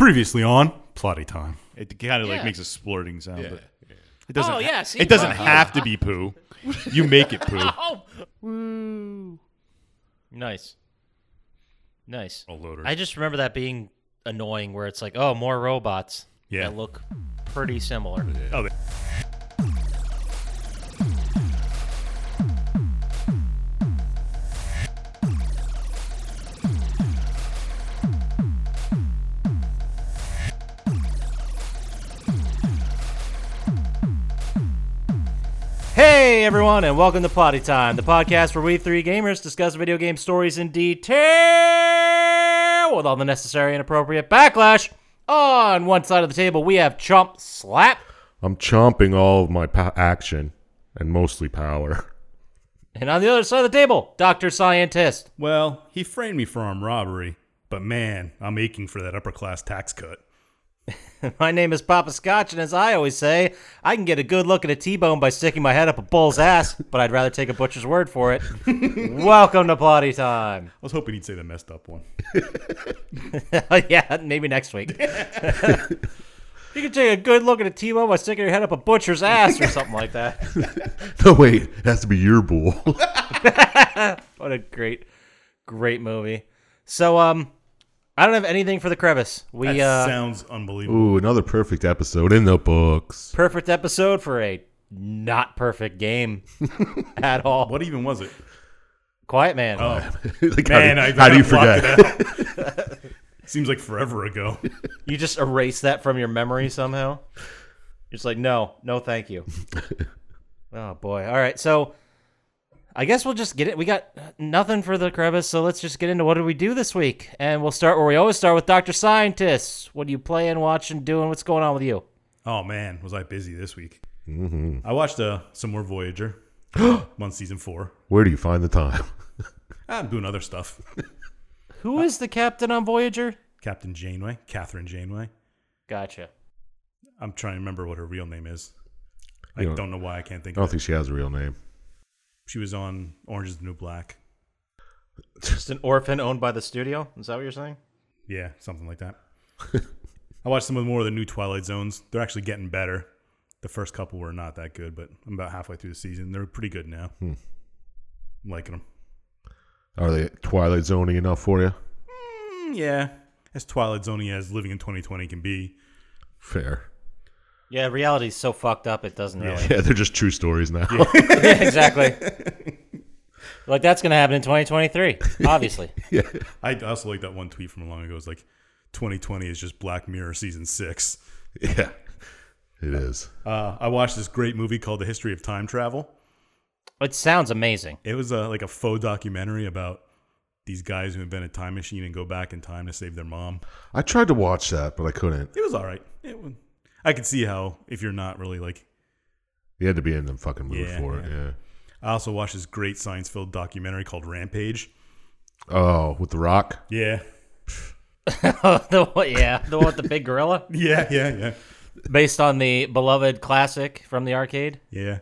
Previously on Plotty Time. It kind of like Yeah. makes a splurting sound, but it doesn't. Oh yeah, see, it doesn't fuck Uh-huh. you. have to be poo. You make it poo. Oh, woo! Nice, nice. Oh, A loader. I just remember that being annoying, where it's like, oh, more robots Yeah. that look pretty similar. Oh, they- Hey everyone, and welcome to Plotty Time, the podcast where we three gamers discuss video game stories in detail with all the necessary and appropriate backlash. On one side of the table, we have Chump Slap. I'm chomping all of my po- action and mostly power. And on the other side of the table, Dr. Scientist. well, he framed me for armed robbery, but man, I'm aching for that upper class tax cut. My name is Papa Scotch, and as I always say, I can get a good look at a T-bone by sticking my head up a bull's ass, but I'd rather take a butcher's word for it. Welcome to Plotty Time. I was hoping he'd say the messed up one. yeah, maybe next week. you can take a good look at a T-bone by sticking your head up a butcher's ass or something like that. No, wait, it has to be your bull. What a great, great movie. So, um, I don't have anything for the crevice. We That uh, sounds unbelievable. Ooh, another perfect episode in the books. perfect episode for a not perfect game at all. What Oh, even was it? Quiet Man. like, Man, how do, I how do you blocked forget? it out. Seems like forever ago. You just erase that from your memory somehow. You're just like, no, no, thank you. oh boy. All right, so I guess we'll just get it. We got nothing for the crevice, so let's just get into what did we do this week, and we'll start where we always start with Doctor Scientists. What are you playing, watching, doing? What's going on with you? Oh man, was I busy this week? Mm-hmm. I watched uh, some more Voyager. I'm on season four. Where do you find the time? I'm doing other stuff. Who is the captain on Voyager? Captain Janeway, Catherine Janeway. Gotcha. I'm trying to remember what her real name is. I You know- don't know why I can't think I of don't it. think she has a real name. She was on Orange is the New Black. Just an orphan owned by the studio. Is that what you're saying? Yeah, something like that. I watched some of more of the new Twilight Zones. They're actually getting better. The first couple were not that good, but I'm about halfway through the season. They're pretty good now. Hmm. I'm liking them. Are they Twilight Zoning enough for you? Hmm, Yeah, as Twilight Zoney as living in 2020 can be. Fair. Yeah, reality's so fucked up it doesn't really. Yeah, they're just true stories now. Yeah, exactly. like that's gonna happen in 2023, obviously. I also like that one tweet from long ago. It's like 2020 is just Black Mirror season six. yeah, it is. Uh, I watched this great movie called The History of Time Travel. It sounds amazing. It was a, like a faux documentary about these guys who invent a time machine and go back in time to save their mom. I tried to watch that, but I couldn't. It was all right. It was, I could see how if you're not really like. You had to be in the fucking mood Yeah, for it. yeah. Yeah. I also watched this great science-filled documentary called Rampage. Oh, with the Rock. Yeah, the one- yeah, the one with the big gorilla, yeah, yeah, yeah, based on the beloved classic from the arcade. yeah.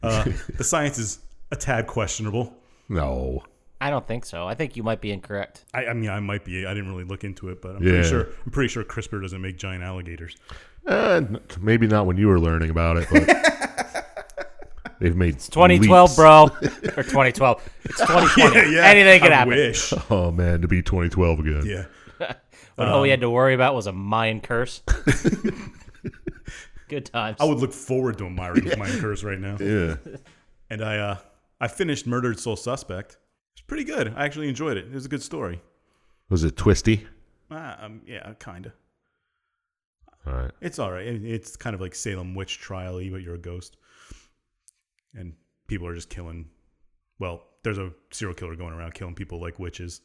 Uh, the science is a tad questionable. No. I don't think so. I think you might be incorrect. I, I mean, I might be. I didn't really look into it, but I'm Yeah. pretty sure. I'm pretty sure CRISPR doesn't make giant alligators. Uh, n- maybe not when you were learning about it, but they've made it's 2012, bro, or 2012. It's 2020. Anything can I happen. Wish. Oh man, to be 2012 again. Yeah. When Uh-huh. all we had to worry about was a Mayan curse. Good times. I would look forward to a Myron with mine curse right now. Yeah. And I, uh, I finished Murdered Soul Suspect. It's pretty good. I actually enjoyed it. It was a good story. Was it twisty? Uh, um, yeah, kinda. All right. It's all right. It- It's kind of like Salem witch trial, but you're a ghost, and people are just killing. Well, there's a serial killer going around killing people like witches,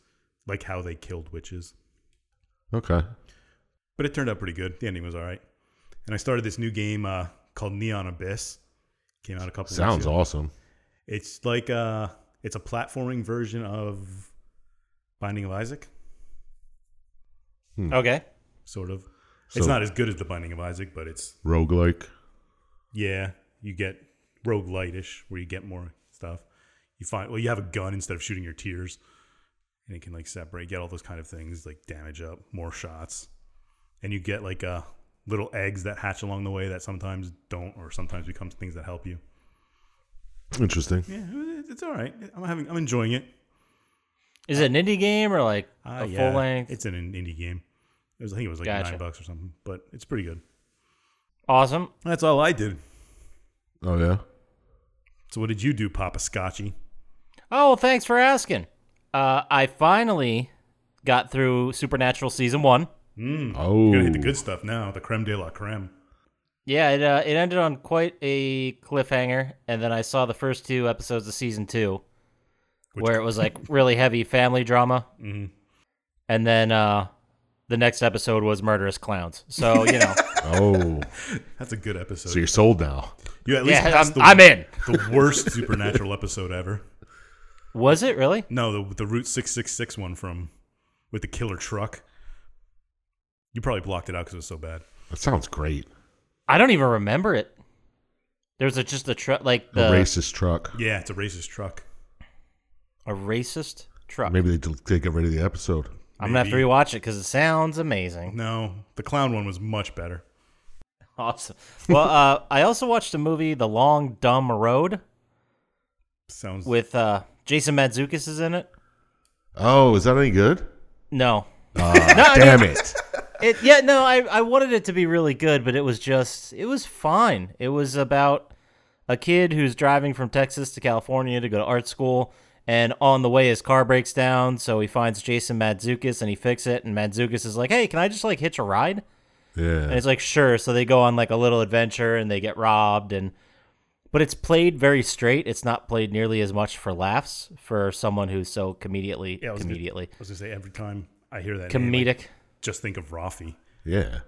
like how they killed witches. Okay. But it turned out pretty good. The ending was all right. And I started this new game uh, called Neon Abyss. Came out a couple. weeks Sounds ago. awesome. It's like uh it's a platforming version of Binding of Isaac, okay. sort of. it's So- not as good as the Binding of Isaac, but it's Roguelike. yeah, you get roguelite-ish where you get more stuff. You find well, you have a gun instead of shooting your tears. And it can like separate, get all those kind of things, like damage up, more shots. and you get like uh, little eggs that hatch along the way that sometimes don't or sometimes become things that help you. Interesting. Yeah, it- it's all right. I'm having, I'm enjoying it. Is it an indie game or like Uh, a yeah, full length? It's an indie game. It was, I think it was like Gotcha. nine bucks or something, but it's pretty good. awesome. That's all I did. Oh yeah. So what did you do, Papa Scotchy? Oh, thanks for asking. Uh, I finally got through Supernatural season one. Oh. Hmm. You're gonna hit the good stuff now, the creme de la creme. Yeah, it uh, it ended on quite a cliffhanger, and then I saw the first two episodes of season two, where it was like really heavy family drama, mm-hmm. and then uh, the next episode was murderous clowns. So you know, Oh. That's a good episode. So you're sold now. you at least yeah, passed I'm, the, I'm in. the worst supernatural episode ever. Was it really? No, the the Route six six six one from with the killer truck. You probably blocked it out because it was so bad. That sounds great. I don't even remember it. There was a, just a truck, like A the racist truck. Yeah, it's a racist truck. a racist truck. Maybe they del- they get rid of the episode. I'm gonna have to maybe. rewatch it because it sounds amazing. No, the clown one was much better. Awesome. Well, uh, I also watched a movie, The Long Dumb Road, Sounds with uh, Jason Mantzoukas is in it. Oh, is that any good? No, Ah, damn it. it yeah no I, I wanted it to be really good but it was just it was fine it was about a kid who's driving from texas to california to go to art school and on the way his car breaks down so he finds jason madzukis and he fixes it and madzukis is like hey can i just like hitch a ride and Yeah. he's like sure so they go on like a little adventure and they get robbed and but it's played very straight it's not played nearly as much for laughs for someone who's so comedically Yeah, I was gonna- comedically I was gonna say every time I hear that name, I comedic just think of Rafi. Yeah.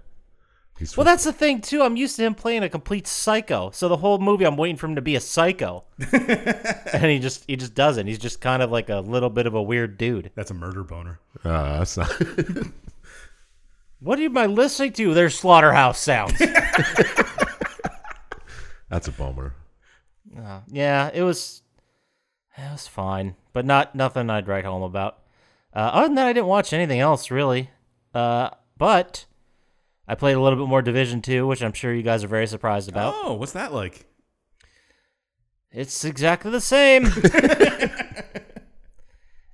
He's Well, that's the thing too. I'm used to him playing a complete psycho. So the whole movie, I'm waiting for him to be a psycho, and he just he just doesn't. He's just kind of like a little bit of a weird dude. That's a murder boner. uh, that's not. What am I listening to? There's slaughterhouse sounds. that's a bummer. yeah, it was it was fine, but not nothing I'd write home about. Uh, other than that, I didn't watch anything else really. Uh, but I played a little bit more Division Two, which I'm sure you guys are very surprised about. Oh, what's that like? It's exactly the same.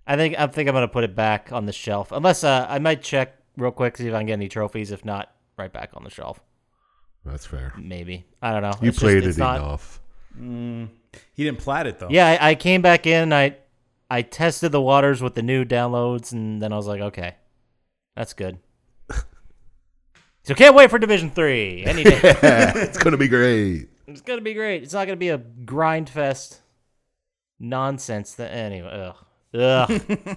I think I think I'm gonna put it back on the shelf, unless uh, I might check real quick see if I can get any trophies. If not, right back on the shelf. That's fair. Maybe I don't know. You It's just- played it's it not- enough. He didn't plat it though. Yeah, I, I came back in. I I tested the waters with the new downloads, and then I was like, okay, that's good. so can't wait for Division Three. Any day, It's gonna be great. it's gonna be great. It's not gonna be a grind fest nonsense. That anyway. Ugh. Ugh.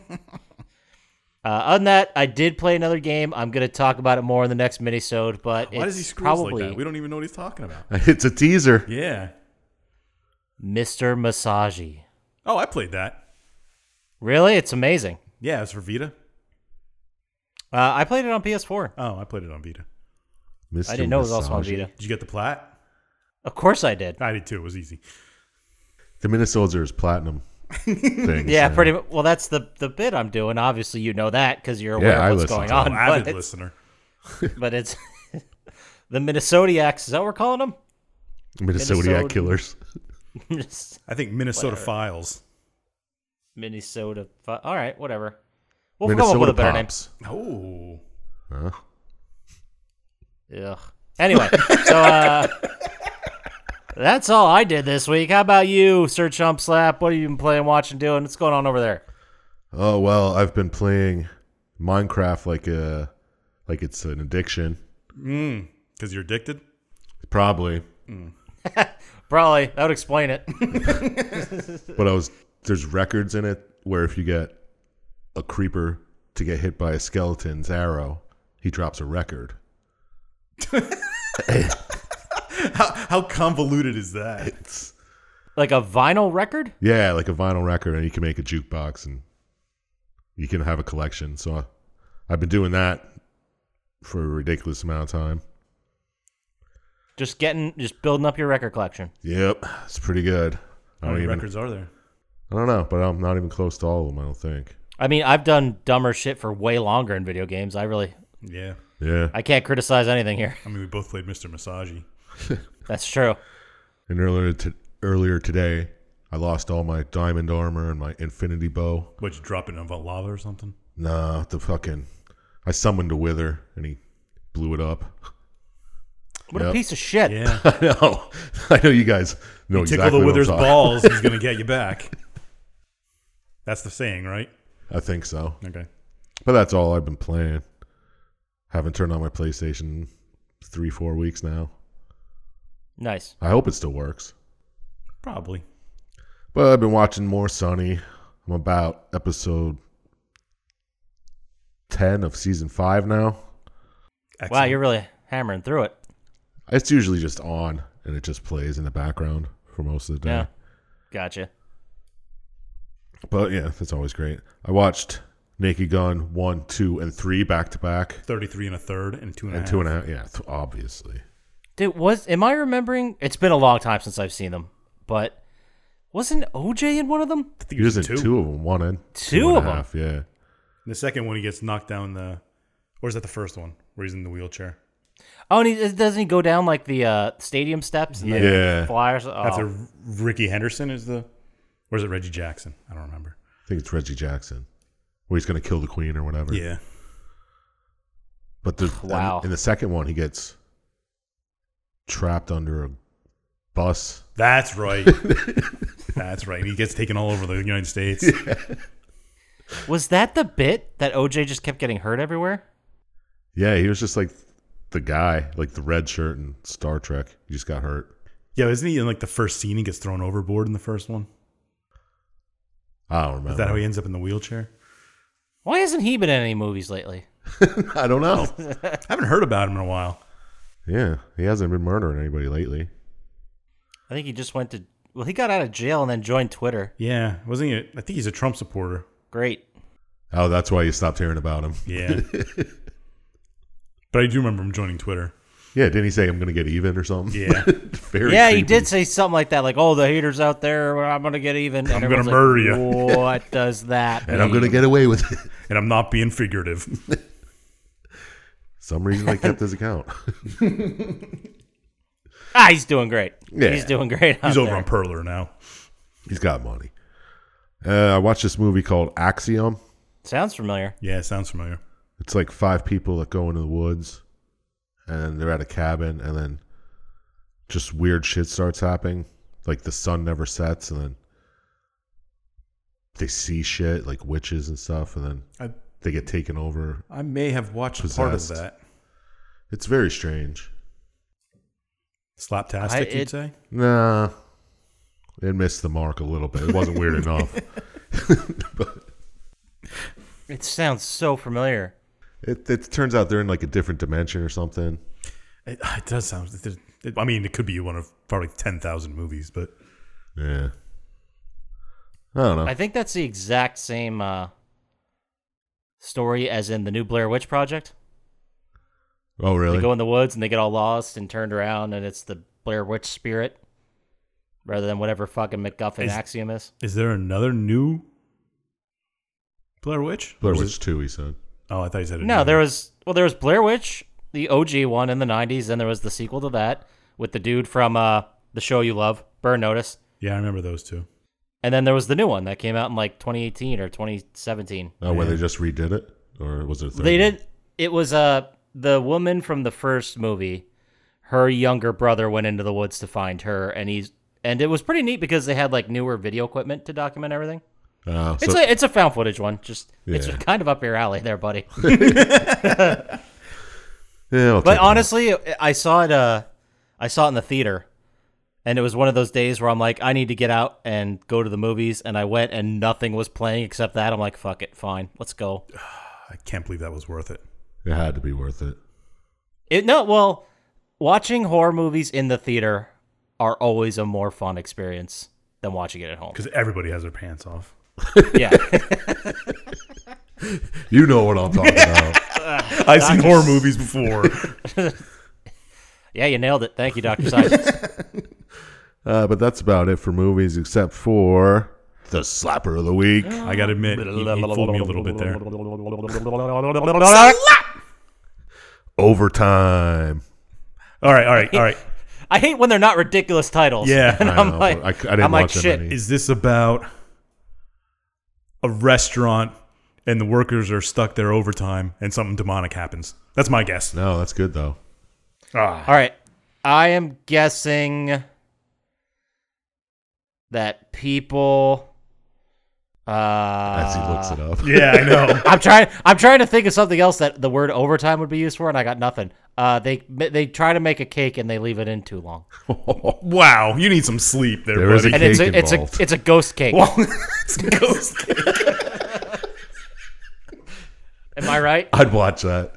Uh, other than that, I did play another game. I'm gonna talk about it more in the next minisode, but Why it's does he screw us probably like that? We don't even know what he's talking about. It's a teaser. Yeah. Mr. Masagi. Oh, I played that. Really, it's amazing. Yeah, it's for Vita. Uh, I played it on PS4. Oh, I played it on Vita. Mr. I didn't know it was also on Masagi. Vita. Did you get the plat? Of course, I did. I did too. It was easy. The Minnesota is platinum. things, Yeah, man. pretty much. Well, that's the the bit I'm doing. Obviously, you know that because you're aware Yeah, I of what's listen going to Oh, on. avid but, it's, listener. but it's the Minnesotiacs. Is that what we're calling them? Minnesota Minnesota- killers. Minnes- I think Minnesota Files. Minnesota. fi- All right, whatever. We'll come up with Minnesota a better pops. Oh. Huh? name. Ugh. Anyway, so uh, that's all I did this week. How about you, Sir Chump Slap? What have you been playing, watching, doing? What's going on over there? Oh well, I've been playing Minecraft like a like it's an addiction. Because you're addicted? Probably. Probably that would explain it. But I was there's records in it where if you get a creeper to get hit by a skeleton's arrow, he drops a record. How convoluted is that? It's like a vinyl record. yeah, like a vinyl record, and you can make a jukebox and you can have a collection. So I, I've been doing that for a ridiculous amount of time. Just getting, just building up your record collection. Yep, it's pretty good. I How don't many even. records are there? I don't know, but I'm not even close to all of them. I don't think. I mean, I've done dumber shit for way longer in video games. I really Yeah. Yeah. I can't criticize anything here. I mean, we both played Mr. Masagi. That's true. And earlier to, earlier today, I lost all my diamond armor and my infinity bow. What, you drop it in a lava or something? Nah, the fucking. I summoned a wither and he blew it up. What a Yep. piece of shit. Yeah. I know. I know you guys know Tickle exactly the what I'm wither's talking- balls, he's going to get you back. That's the saying, right? I think so. Okay. But that's all I've been playing. Haven't turned on my PlayStation three, four weeks now. Nice. I hope it still works. Probably. But I've been watching more Sunny. I'm about episode 10 of season 5 now. Wow, Excellent. you're really hammering through it. It's usually just on and it just plays in the background for most of the day. Yeah. Gotcha. But yeah, that's always great. I watched Naked Gun 1, 2, and 3 back to back. 33 and a third and two and a And half. two and a half. Yeah, th- obviously. Dude, was am I remembering? It's been a long time since I've seen them, but wasn't OJ in one of them? I think He was in two. two, of them. One and Two and a of 'em? half, Yeah. The second one, he gets knocked down the. Or is that the first one where he's in the wheelchair? Oh, and he, doesn't he go down like the uh, stadium steps and then Yeah. fly or so- oh. After Ricky Henderson is the. Or is it Reggie Jackson? I don't remember. I think it's Reggie Jackson. Where he's going to kill the queen or whatever. Yeah. But the Wow. in the second one, he gets trapped under a bus. That's right. That's right. He gets taken all over the United States. Was that the bit that OJ just kept getting hurt everywhere? Yeah, he was just like the guy, like the red shirt in Star Trek. He just got hurt. Yeah, isn't he in like the first scene? He gets thrown overboard in the first one. I don't remember. Is that how he ends up in the wheelchair? Why hasn't he been in any movies lately? I don't know. I haven't heard about him in a while. yeah, he hasn't been murdering anybody lately. I think he just went to well, he got out of jail and then joined Twitter. Yeah, wasn't he? A, I think he's a Trump supporter. Great. Oh, that's why you stopped hearing about him. Yeah, but I do remember him joining Twitter. Yeah, didn't he say I'm gonna get even or something? Yeah, Very yeah, he creepy. did say something like that, like, "Oh, the haters out there, I'm gonna get even. I'm And gonna everyone's murder you. like, What does that? And I'm gonna mean? get away with it. and I'm not being figurative. Some reason they kept his account. Ah, he's doing great. Yeah. he's doing great. out He's over there. on Perler now. He's got money. Uh, I watched this movie called Axiom. Sounds familiar. Yeah, sounds familiar. It's like five people that go into the woods and they're at a cabin and then just weird shit starts happening. Like the sun never sets and then they see shit like witches and stuff and then I they get taken over. I may have watched Possessed. It's very strange. Slaptastic, I- you'd it- say? Nah. It missed the mark a little bit. It wasn't weird enough. It sounds so familiar. It, it turns out they're in like a different dimension or something. It, it does sound. It, it- I mean, it could be one of probably ten thousand movies, but Yeah. I don't know. I think that's the exact same uh, story as in the new Blair Witch Project. oh, really? They go in the woods and they get all lost and turned around, and it's the Blair Witch spirit rather than whatever fucking MacGuffin Is- axiom is. is there another new Blair Witch? Blair Or is Witch 2, he said. it- Oh, I thought you said No, there was well, there was Blair Witch, the OG one in the '90s, and there was the sequel to that with the dude from uh, the show you love, Burn Notice, Yeah, I remember those two. and then there was the new one that came out in like 2018 or 2017. Oh, where they just redid it? Or was it a third They one? did. It was uh the woman from the first movie. Her younger brother went into the woods to find her, and he's and it was pretty neat because they had like newer video equipment to document everything. Oh, so, It's a it's a found footage one. Just it's Yeah. kind of up your alley there, buddy. yeah, I'll But take it. honestly, I saw it. Uh, I saw it in the theater, and it was one of those days where I'm like, I need to get out and go to the movies, and I went, and nothing was playing except that. I'm like, fuck it, fine, let's go. I can't believe that was worth it. it had to be worth it. It no, well, watching horror movies in the theater are always a more fun experience than watching it at home. Because everybody has their pants off. Yeah, You know what I'm talking about. I've seen horror movies before. yeah, you nailed it. Thank you, Doctor Science. Uh, but that's about it for movies, except for the slapper of the week. I gotta admit, you, you fooled me a little bit there. Overtime. All right, all right, all right. I hate when they're not ridiculous titles. Yeah. and I I'm know, like, but I c- I didn't am like, watch that shit. many. Is this about a restaurant and the workers are stuck there overtime and something demonic happens? That's my guess. No, that's good though. Ah. All right, I am guessing that people. Uh, As he looks it up. Yeah, I know. I'm trying. I'm trying to think of something else that the word overtime would be used for, and I got nothing. Uh, they they try to make a cake and they leave it in too long, wow, you need some sleep there, There is buddy. a and it's Cake a it's involved. a it's a ghost cake. It's a ghost. Am I right? I'd watch that.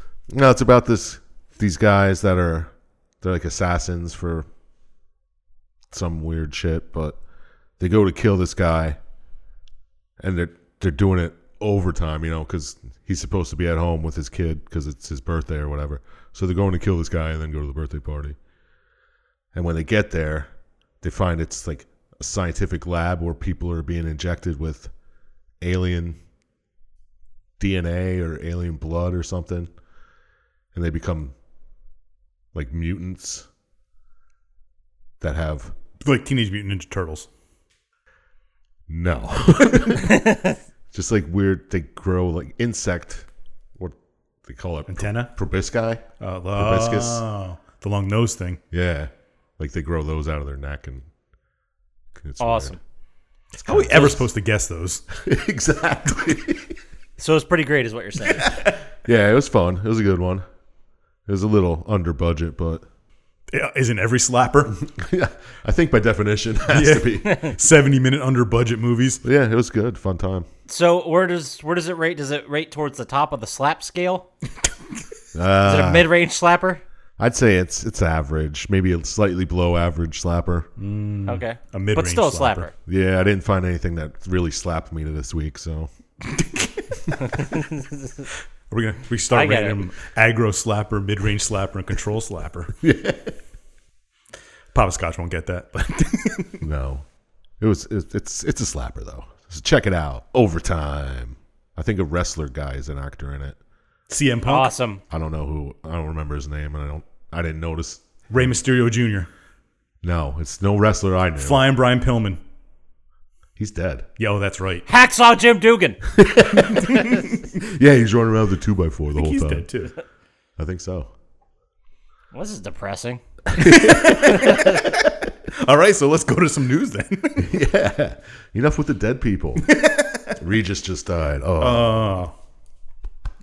no, it's about this these guys that are they're like assassins for some weird shit, but they go to kill this guy, and they're they're doing it overtime, you know, because he's supposed to be at home with his kid because it's his birthday or whatever. So they're going to kill this guy and then go to the birthday party. And when they get there, they find it's like a scientific lab where people are being injected with alien DNA or alien blood or something, and they become like mutants that have like Teenage Mutant Ninja Turtles. no, just like weird. They grow like insect, what they call it, Antenna? proboscis. Uh, Hibiscus. oh, the long nose thing. Yeah, like they grow those out of their neck, and it's weird. Awesome. How are we ever supposed to guess those? exactly. So it's pretty great, is what you're saying. yeah, it was fun. It was a good one. It was a little under budget, but Yeah, Isn't every slapper I think by definition it has to be. 70 minute under budget movies? But yeah, it was good. Fun time. So where does where does it rate? Does it rate towards the top of the slap scale? Is Uh, it a mid range slapper? I'd say it's it's average, maybe a slightly below average slapper. mm, okay, a mid-range but still a slapper. slapper. Yeah, I didn't find anything that really slapped me to this week, so Are we going to we I start get rating them aggro slapper, mid range slapper, and control slapper? yeah. Papa Scotch won't get that. But no. It was it, it's it's a slapper though. So check it out. Overtime. I think a wrestler guy is an actor in it. CM Punk, Awesome. I don't know who. I don't remember his name, and I don't. I didn't notice. Rey Mysterio Jr., No, it's no wrestler I knew. Flying Brian Pillman. He's dead. Yo, that's right. Hacksaw Jim Dugan. Yeah, he's running around with a two by four the whole He's time. dead too. I think so. Well, this is depressing. All right, so let's go to some news then. Enough with the dead people. Regis just died. Oh, Oh,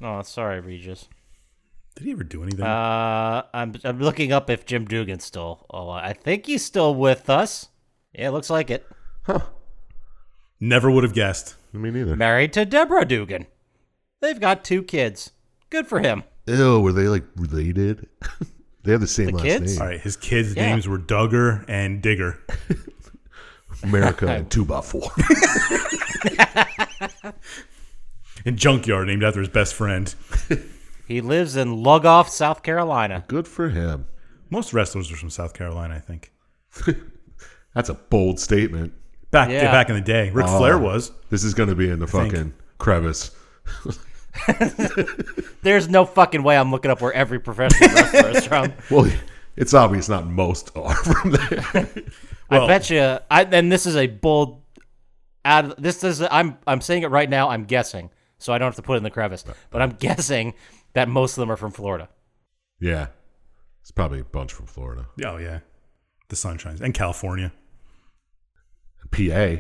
Oh, sorry, Regis. did he ever do anything? Uh, I'm I'm looking up if Jim Dugan's still. Oh, I think he's still with us. Yeah, looks like it. Never would have guessed. me neither. Married to Deborah Dugan. They've got two kids. Good for him. Ew, were they like related? they have the same The last kids? name. All right, his kids' Yeah. names were Duggar and Digger. America and two by four. And Junkyard, named after his best friend. He lives in Lugoff, South Carolina. Good for him. Most wrestlers are from South Carolina, I think. That's a bold statement. Back Yeah. back in the day, Ric Flair was. This is going to be in the think. fucking crevice. There's no fucking way I'm looking up where every professional wrestler is from. Well, it's obvious not most are from there. I Well- bet you. I and this is a bold. Out of, this is I'm I'm saying it right now. I'm guessing, so I don't have to put it in the crevice. But I'm guessing that most of them are from Florida. yeah, it's probably a bunch from Florida, Oh yeah, the Sunshines and California. PA.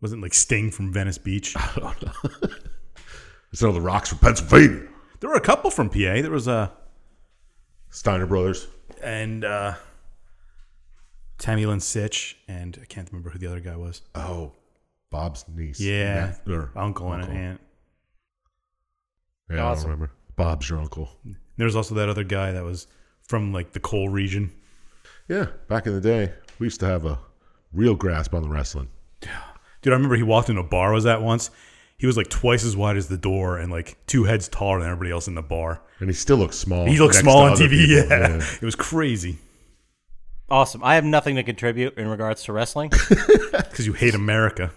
Wasn't like Sting from Venice Beach. It's another rocks from Pennsylvania. There were a couple from PA. There was uh, Steiner Brothers. and uh, Tammy Lynn Sitch, and I can't remember who the other guy was. Oh, Bob's niece. Yeah, Nat- or uncle and an aunt. Yeah, I don't Awesome. remember. Bob's your uncle. There was also that other guy that was from like the coal region. Yeah, back in the day, we used to have a real grasp on the wrestling. Dude, I remember he walked into a bar I was at once. He was like twice as wide as the door and like two heads taller than everybody else in the bar. And he still looks small. He looked next small to on other TV. people. yeah. it was crazy Awesome. I have nothing to contribute in regards to wrestling. because you hate America.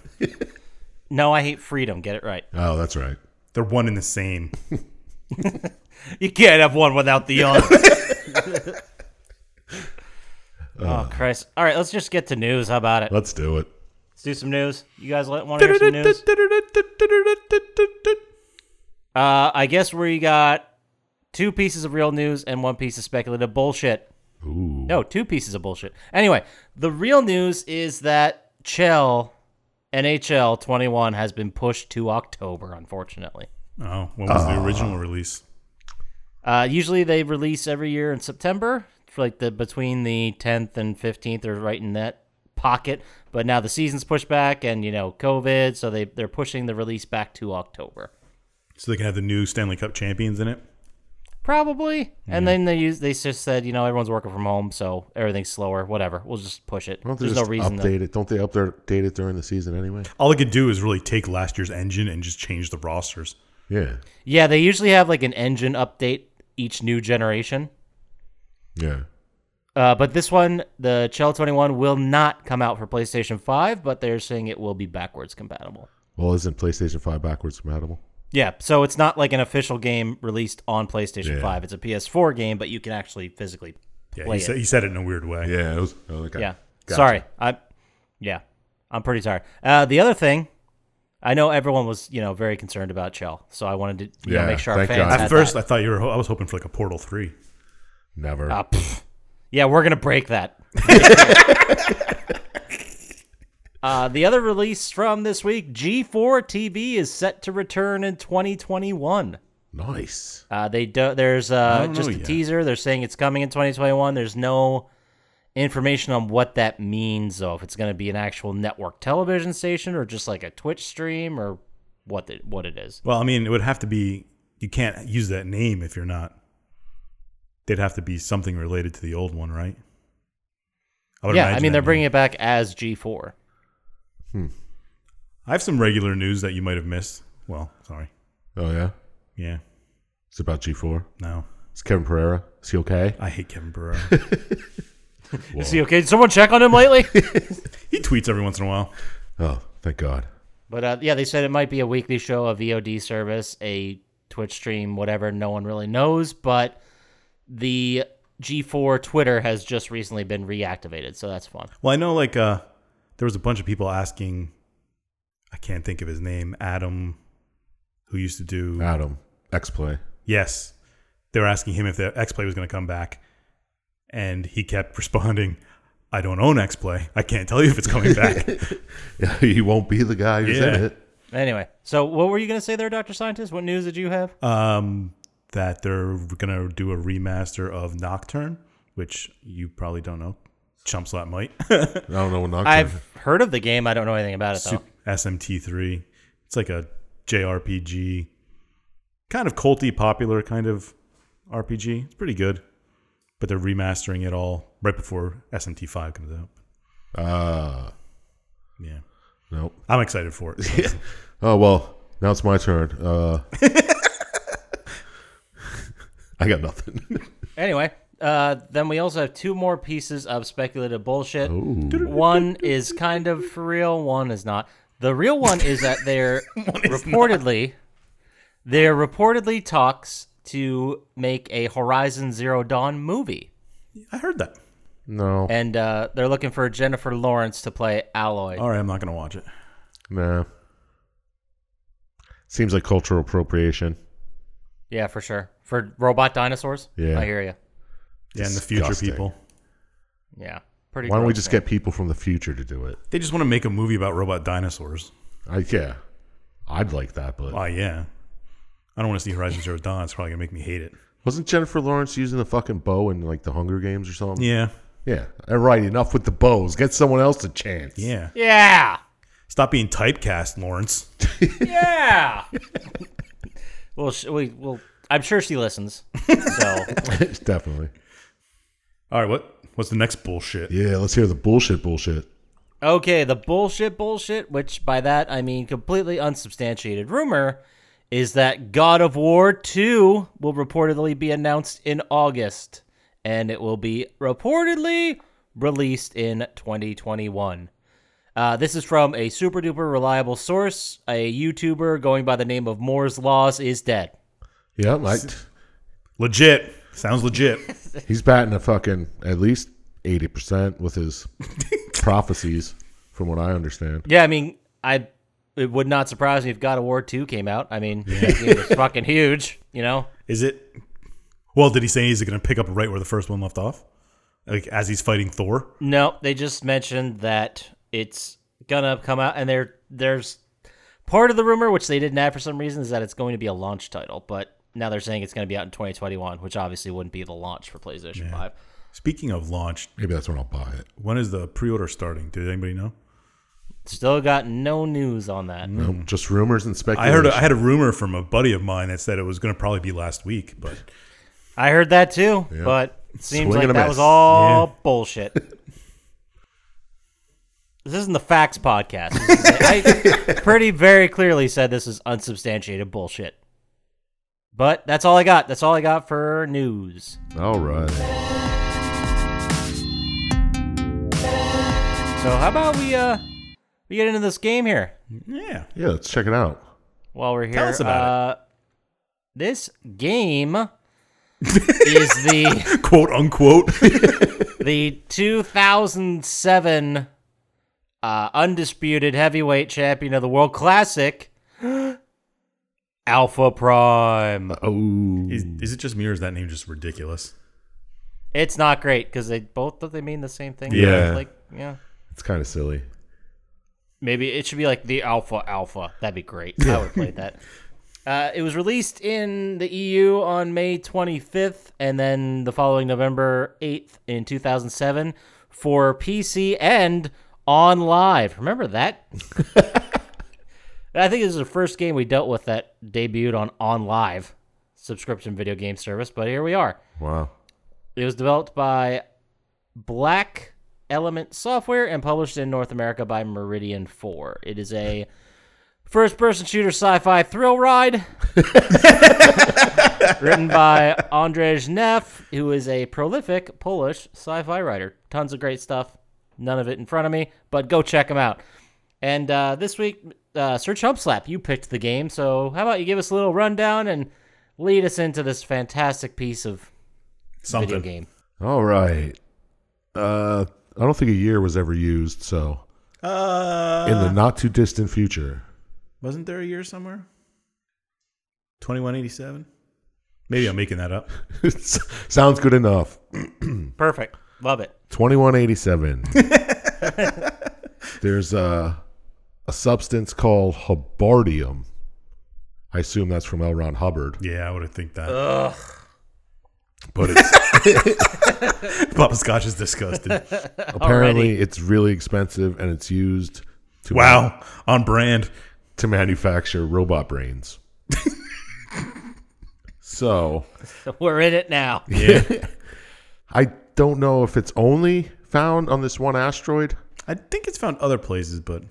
no, I hate freedom. Get it right. Oh, that's right. They're one and the same. You can't have one without the other. oh Christ! All right, let's just get to news. How about it? Let's do it. Let's do some news. You guys want to hear some Oh, news? Uh, I guess we got two pieces of real news and one piece of speculative bullshit. Ooh. No, two pieces of bullshit. Anyway, the real news is that Chell NHL 21 has been pushed to October, unfortunately. Oh, when was Ah. the original release? Uh, usually they release every year in September, for like the between the 10th and 15th, or right in that pocket. But now the season's pushed back, and you know COVID, so they they're pushing the release back to October, So they can have the new Stanley Cup champions in it. probably. And then they use they just said you know everyone's working from home, so everything's slower. Whatever, we'll just push it. Why don't they There's no just reason. To, update it? Don't they update it during the season anyway? All they could do is really take last year's engine and just change the rosters. Yeah. yeah, they usually have like an engine update each new generation. Yeah. Uh, but this one, the Chell 21, will not come out for PlayStation 5, but they're saying it will be backwards compatible. Well, isn't PlayStation 5 backwards compatible? Yeah, so it's not like an official game released on PlayStation Yeah. 5. It's a PS4 game, game, but you can actually physically Yeah, play he it. said, he said it in a weird way. Yeah. It was, oh, okay. yeah. Gotcha. Sorry. I Yeah. I'm pretty sorry. Uh, the other thing, I know everyone was, you know, very concerned about Chell, so I wanted to you know, Yeah, make sure our thank fans God. At had first, that. I thought you were. ho- I was hoping for like a Portal Three. Never. Ah, pff. yeah, we're going to break that. Uh, the other release from this week, G4 TV is set to return in 2021. nice. Uh, they do, there's uh, don't know just a yet. teaser. They're saying it's coming in 2021. There's no information on what that means, though. If it's going to be an actual network television station or just like a Twitch stream or what it, what it is. Well, I mean, it would have to be. You can't use that name if you're not. They'd have to be something related to the old one, right? would Yeah, I imagine mean that they're name. bringing it back as G4. I have some regular news that you might have missed. Well, sorry. Oh, yeah. Yeah, It's about G4. no, It's Kevin Pereira. Is he okay? I hate Kevin Burrow. Is he okay? Did someone check on him lately? he tweets every once in a while. Oh, thank God. But uh, yeah, they said it might be a weekly show, a VOD service, a Twitch stream, whatever. No one really knows, but the G4 Twitter has just recently been reactivated, so that's fun. Well, I know like uh there was a bunch of people asking I can't think of his name, Adam who used to do Adam. X play. Yes. They were asking him if the X Play was going to come back and he kept responding, I don't own X Play. I can't tell you if it's coming back. Yeah, he won't be the guy who's in Yeah. it. Anyway, so what were you going to say there, Dr. Scientist? What news did you have? Uh, um that they're going to do a remaster of Nocturne, which you probably don't know. Chumpslat might. I don't know when Nocturne. I've heard of the game. I don't know anything about it, though. Sup- SMT3. It's like a JRPG, kind of culty, popular kind of RPG. It's pretty good, but they're remastering it all right before SMT5 comes out. Uh, Yeah, nope. I'm excited for it. Oh well, now it's my turn. Uh, I got nothing. Anyway, uh, then we also have two more pieces of speculative bullshit. Oh. One is kind of for real, one is not. The real one is that they're reportedly they're reportedly talks to make a Horizon Zero Dawn movie. I heard that. No, And uh, they're looking for Jennifer Lawrence to play Oh. Alloy. All right, I'm not gonna watch it. nah. Seems like cultural appropriation. Yeah, for sure. For robot dinosaurs? Yeah. I hear you. Yeah, in the future, Disgusting. people Yeah. Pretty Why don't we gross, just man. get people from the future to do it? they just want to make a movie about robot dinosaurs. I yeah, I'd like that, but Oh yeah, I don't want to see Horizon Zero Dawn. It's probably gonna make me hate it. wasn't Jennifer Lawrence using the fucking bow in like the Hunger Games or something? Yeah, Yeah. All right, enough with the bows. Get someone else a chance. yeah. Yeah. Stop being typecast, Lawrence. Yeah. well, sh- we will. I'm sure she listens. So definitely. All right, what what's the next bullshit? Yeah, let's hear the bullshit. Bullshit. okay, the bullshit, bullshit. Which by that I mean completely unsubstantiated rumor is that God of War 2 will reportedly be announced in August, and it will be reportedly released in 2021. Uh, this is from a super duper reliable source. A YouTuber going by the name of Moore's Laws is dead. Yeah, like Legit. Sounds legit. he's batting a fucking at least eighty percent with his prophecies, from what I understand. Yeah, I mean, I it would not surprise me if God of War Two came out. I mean, that game was fucking huge. You know, Is it? Well, did he say he's going to pick up right where the first one left off? Like as he's fighting Thor? no, they just mentioned that it's gonna come out, and there there's part of the rumor which they didn't add for some reason is that it's going to be a launch title, but now they're saying it's going to be out in 2021, which obviously wouldn't be the launch for PlayStation Five. Speaking of launch, Maybe that's when I'll buy it. when is the pre-order starting? Did anybody know? Still got no news on that. No, just rumors and Hmm. I speculation. heard a, I had a rumor from a buddy of mine that said it was going to probably be last week, but I heard that too, but it seems Swing like and a that miss. was all bullshit. this isn't the facts podcast. This is- I pretty very clearly said this is unsubstantiated bullshit. But that's all I got. That's all I got for news. All right. So how about we uh we get into this game here yeah, Yeah, let's check it out. while we're here. us about uh, This game is the quote unquote. the 2007 uh, undisputed heavyweight champion of the world classic alpha prime Oh, is, is it just me or is that name just ridiculous? it's not great because they both don't they mean the same thing Yeah. like yeah it's kind of silly. maybe it should be like the alpha alpha that'd be great i would have played that uh, it was released in the eu on may 25th and then the following november 8th in 2007 for pc and on live remember that I think this is the first game we dealt with that debuted on on live subscription video game service, but here we are. Wow. It was developed by Black Element Software and published in North America by Meridian 4. It is a first person shooter sci fi thrill ride written by Andrzej Neff, who is a prolific Polish sci fi writer. Tons of great stuff. None of it in front of me, but go check him out. And uh, this week, uh, Sir Chumpslap, you picked the game, so how about you give us a little rundown and lead us into this fantastic piece of video Something. game? All right. Uh, I don't think a year was ever used, so Uh, in the not too distant future, wasn't there a year somewhere? Twenty one eighty seven. Maybe I'm making that up. sounds good enough. Perfect. Love it. 2187. There's a, a substance called hubbardium. I assume that's from L. Ron Hubbard, Yeah, I would have think that. but it's, Papa Scotch is disgusted. apparently it's really expensive and it's used to wow, on brand. to manufacture robot brains. so We're in it now. Yeah, I don't know if it's only found on this one asteroid. I think it's found other places, but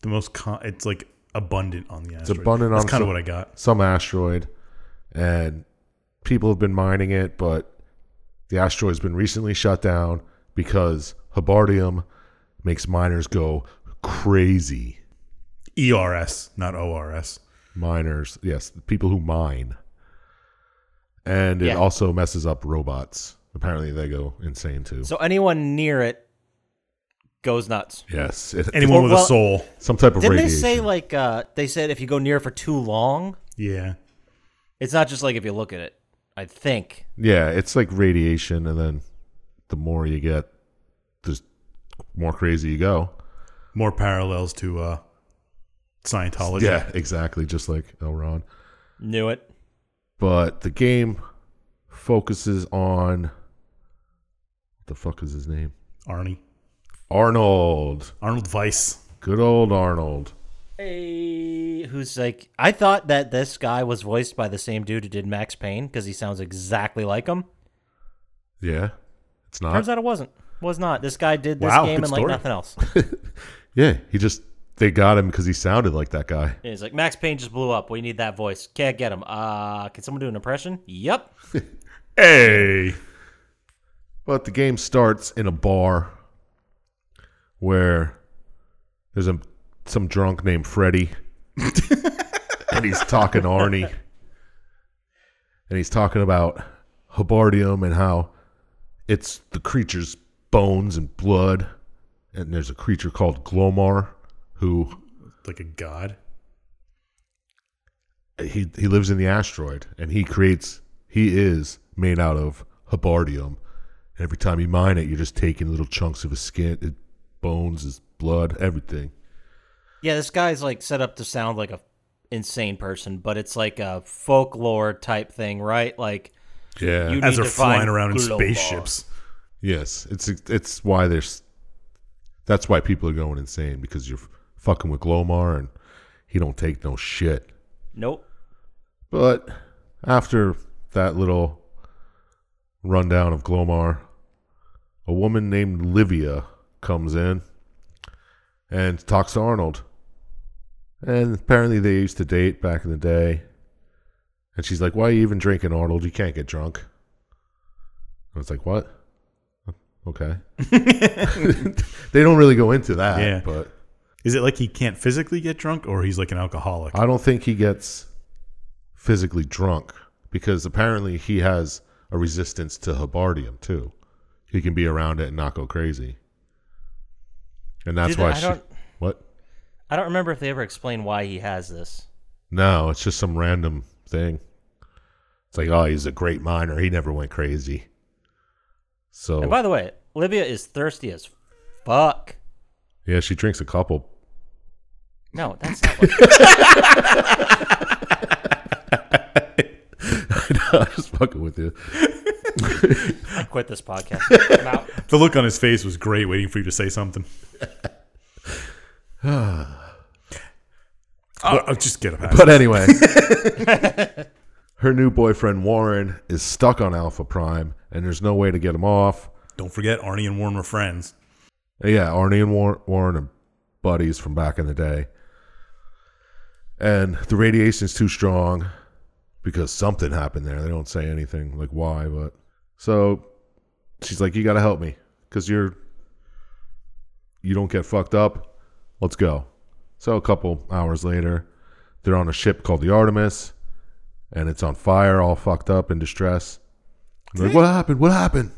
the most con- it's like abundant on the asteroid. abundant That's on kind of some- what I got. some asteroid, and people have been mining it, but the asteroid has been recently shut down because Habardium makes miners go crazy. ERS, E not ORS. Miners, yes, people who mine. And it Yeah. also messes up robots. Apparently, they go insane too. So anyone near it goes nuts. yes, it- Anyone with well- a soul. some type of Didn't radiation. they say like uh they said if you go near it for too long, Yeah. it's not just like if you look at it. I think. yeah, it's like radiation, and then the more you get, the more crazy you go. More parallels to uh Scientology. Yeah, exactly, just like Elron. Knew it. but the game focuses on what the fuck is his name? Arnie. Arnold. Arnold Weiss. Good old Arnold. Hey, who's like I thought that this guy was voiced by the same dude who did Max Payne because he sounds exactly like him. Yeah. It's Turns not. out it wasn't. Was not. This guy did this Wow, game good and like story. nothing else. Yeah, he just they got him because he sounded like that guy. He's like Max Payne just blew up. We need that voice. Can't get him. Uh, can someone do an impression? Yep. Hey. But the game starts in a bar where there's a some drunk named Freddy and he's talking Arnie. and he's talking about Habardium and how it's the creature's bones and blood. And there's a creature called Glomar who Like a god. he he lives in the asteroid and he creates he is made out of habardium. And every time you mine it, you're just taking little chunks of his skin, his bones, his blood, everything. Yeah, this guy's like set up to sound like a insane person, but it's like a folklore type thing, right? Like Yeah. You- As they're need to find flying around in Glomar. spaceships. yes, it's it's why there's that's why people are going insane because you're fucking with Glomar and he don't take no shit. nope. But after that little rundown of Glomar, a woman named Livia comes in and talks to Arnold. And apparently they used to date back in the day. And she's like, Why are you even drinking, Arnold? You can't get drunk. I was like, What? Okay. they don't really go into that, Yeah. but Is it like he can't physically get drunk or he's like an alcoholic? I don't think he gets physically drunk because apparently he has a resistance to habardium too. He can be around it and not go crazy. And that's Did- why I she don't- what? I don't remember if they ever explain why he has this. No, it's just some random thing. It's like, oh, he's a great miner. He never went crazy. So And by the way, Livia is thirsty as fuck. yeah, she drinks a couple. No, that's not what I'm just fucking with you. I quit this podcast. I'm out. The look on his face was great, waiting for you to say something. oh, oh, just get up. Adam. But anyway, her new boyfriend Warren is stuck on Alpha Prime, and there's no way to get him off. Don't forget, Arnie and Warren were friends. Uh, Yeah, Arnie and War- Warren are buddies from back in the day. And the radiation's too strong because something happened there. They don't say anything like why, but so she's like, "You got to help me because you're you don't get fucked up. Let's go." So a couple hours later, they're on a ship called the Artemis, and it's on fire, all fucked up in distress. And they're like, what happened? What happened?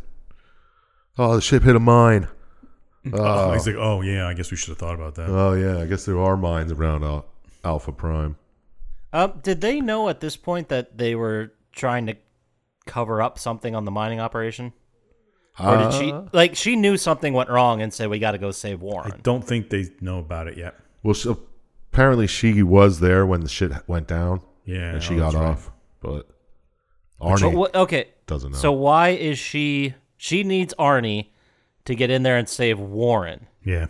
Oh, the ship hit a mine. Uh, Oh. He's like, oh yeah, I guess we should have thought about that. Oh yeah, I guess there are mines around Al- Alpha Prime. Um, did they know at this point that they were trying to cover up something on the mining operation? Or did she like she knew something went wrong and said we got to go save I Warren? don't think they know about it yet. Well, she, apparently she was there when the shit went down, Yeah, and she oh, got that's right. off. But Arnie But what- okay, doesn't know. so why is she? She needs Arnie to get in there and save Warren. Yeah,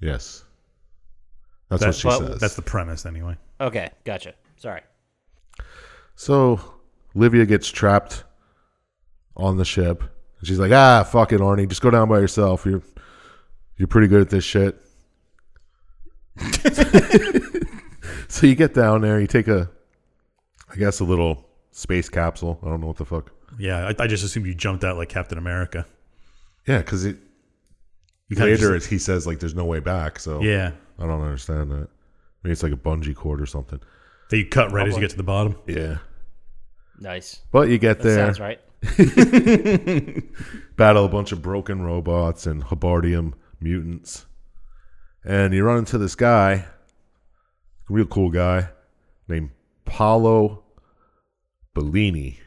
yes, that's That- what she but- says. that's the premise anyway. Okay, gotcha. Sorry. so Livia gets trapped on the ship. She's like, ah, fuck it, Arnie, just go down by yourself. You're you're pretty good at this shit. so you get down there, you take a, I guess a little space capsule. I don't know what the fuck. Yeah, I, I just assumed you jumped out like Captain America. Yeah, because it You kinda later just- it- he says like there's no way back. So yeah, I don't understand that. Maybe it's like a bungee cord or something. that you cut right as you get to the bottom. Yeah, Nice. but you get That there, sounds right. battle a bunch of broken robots and Habardium mutants, and you run into this guy, real cool guy named Paolo Bellini.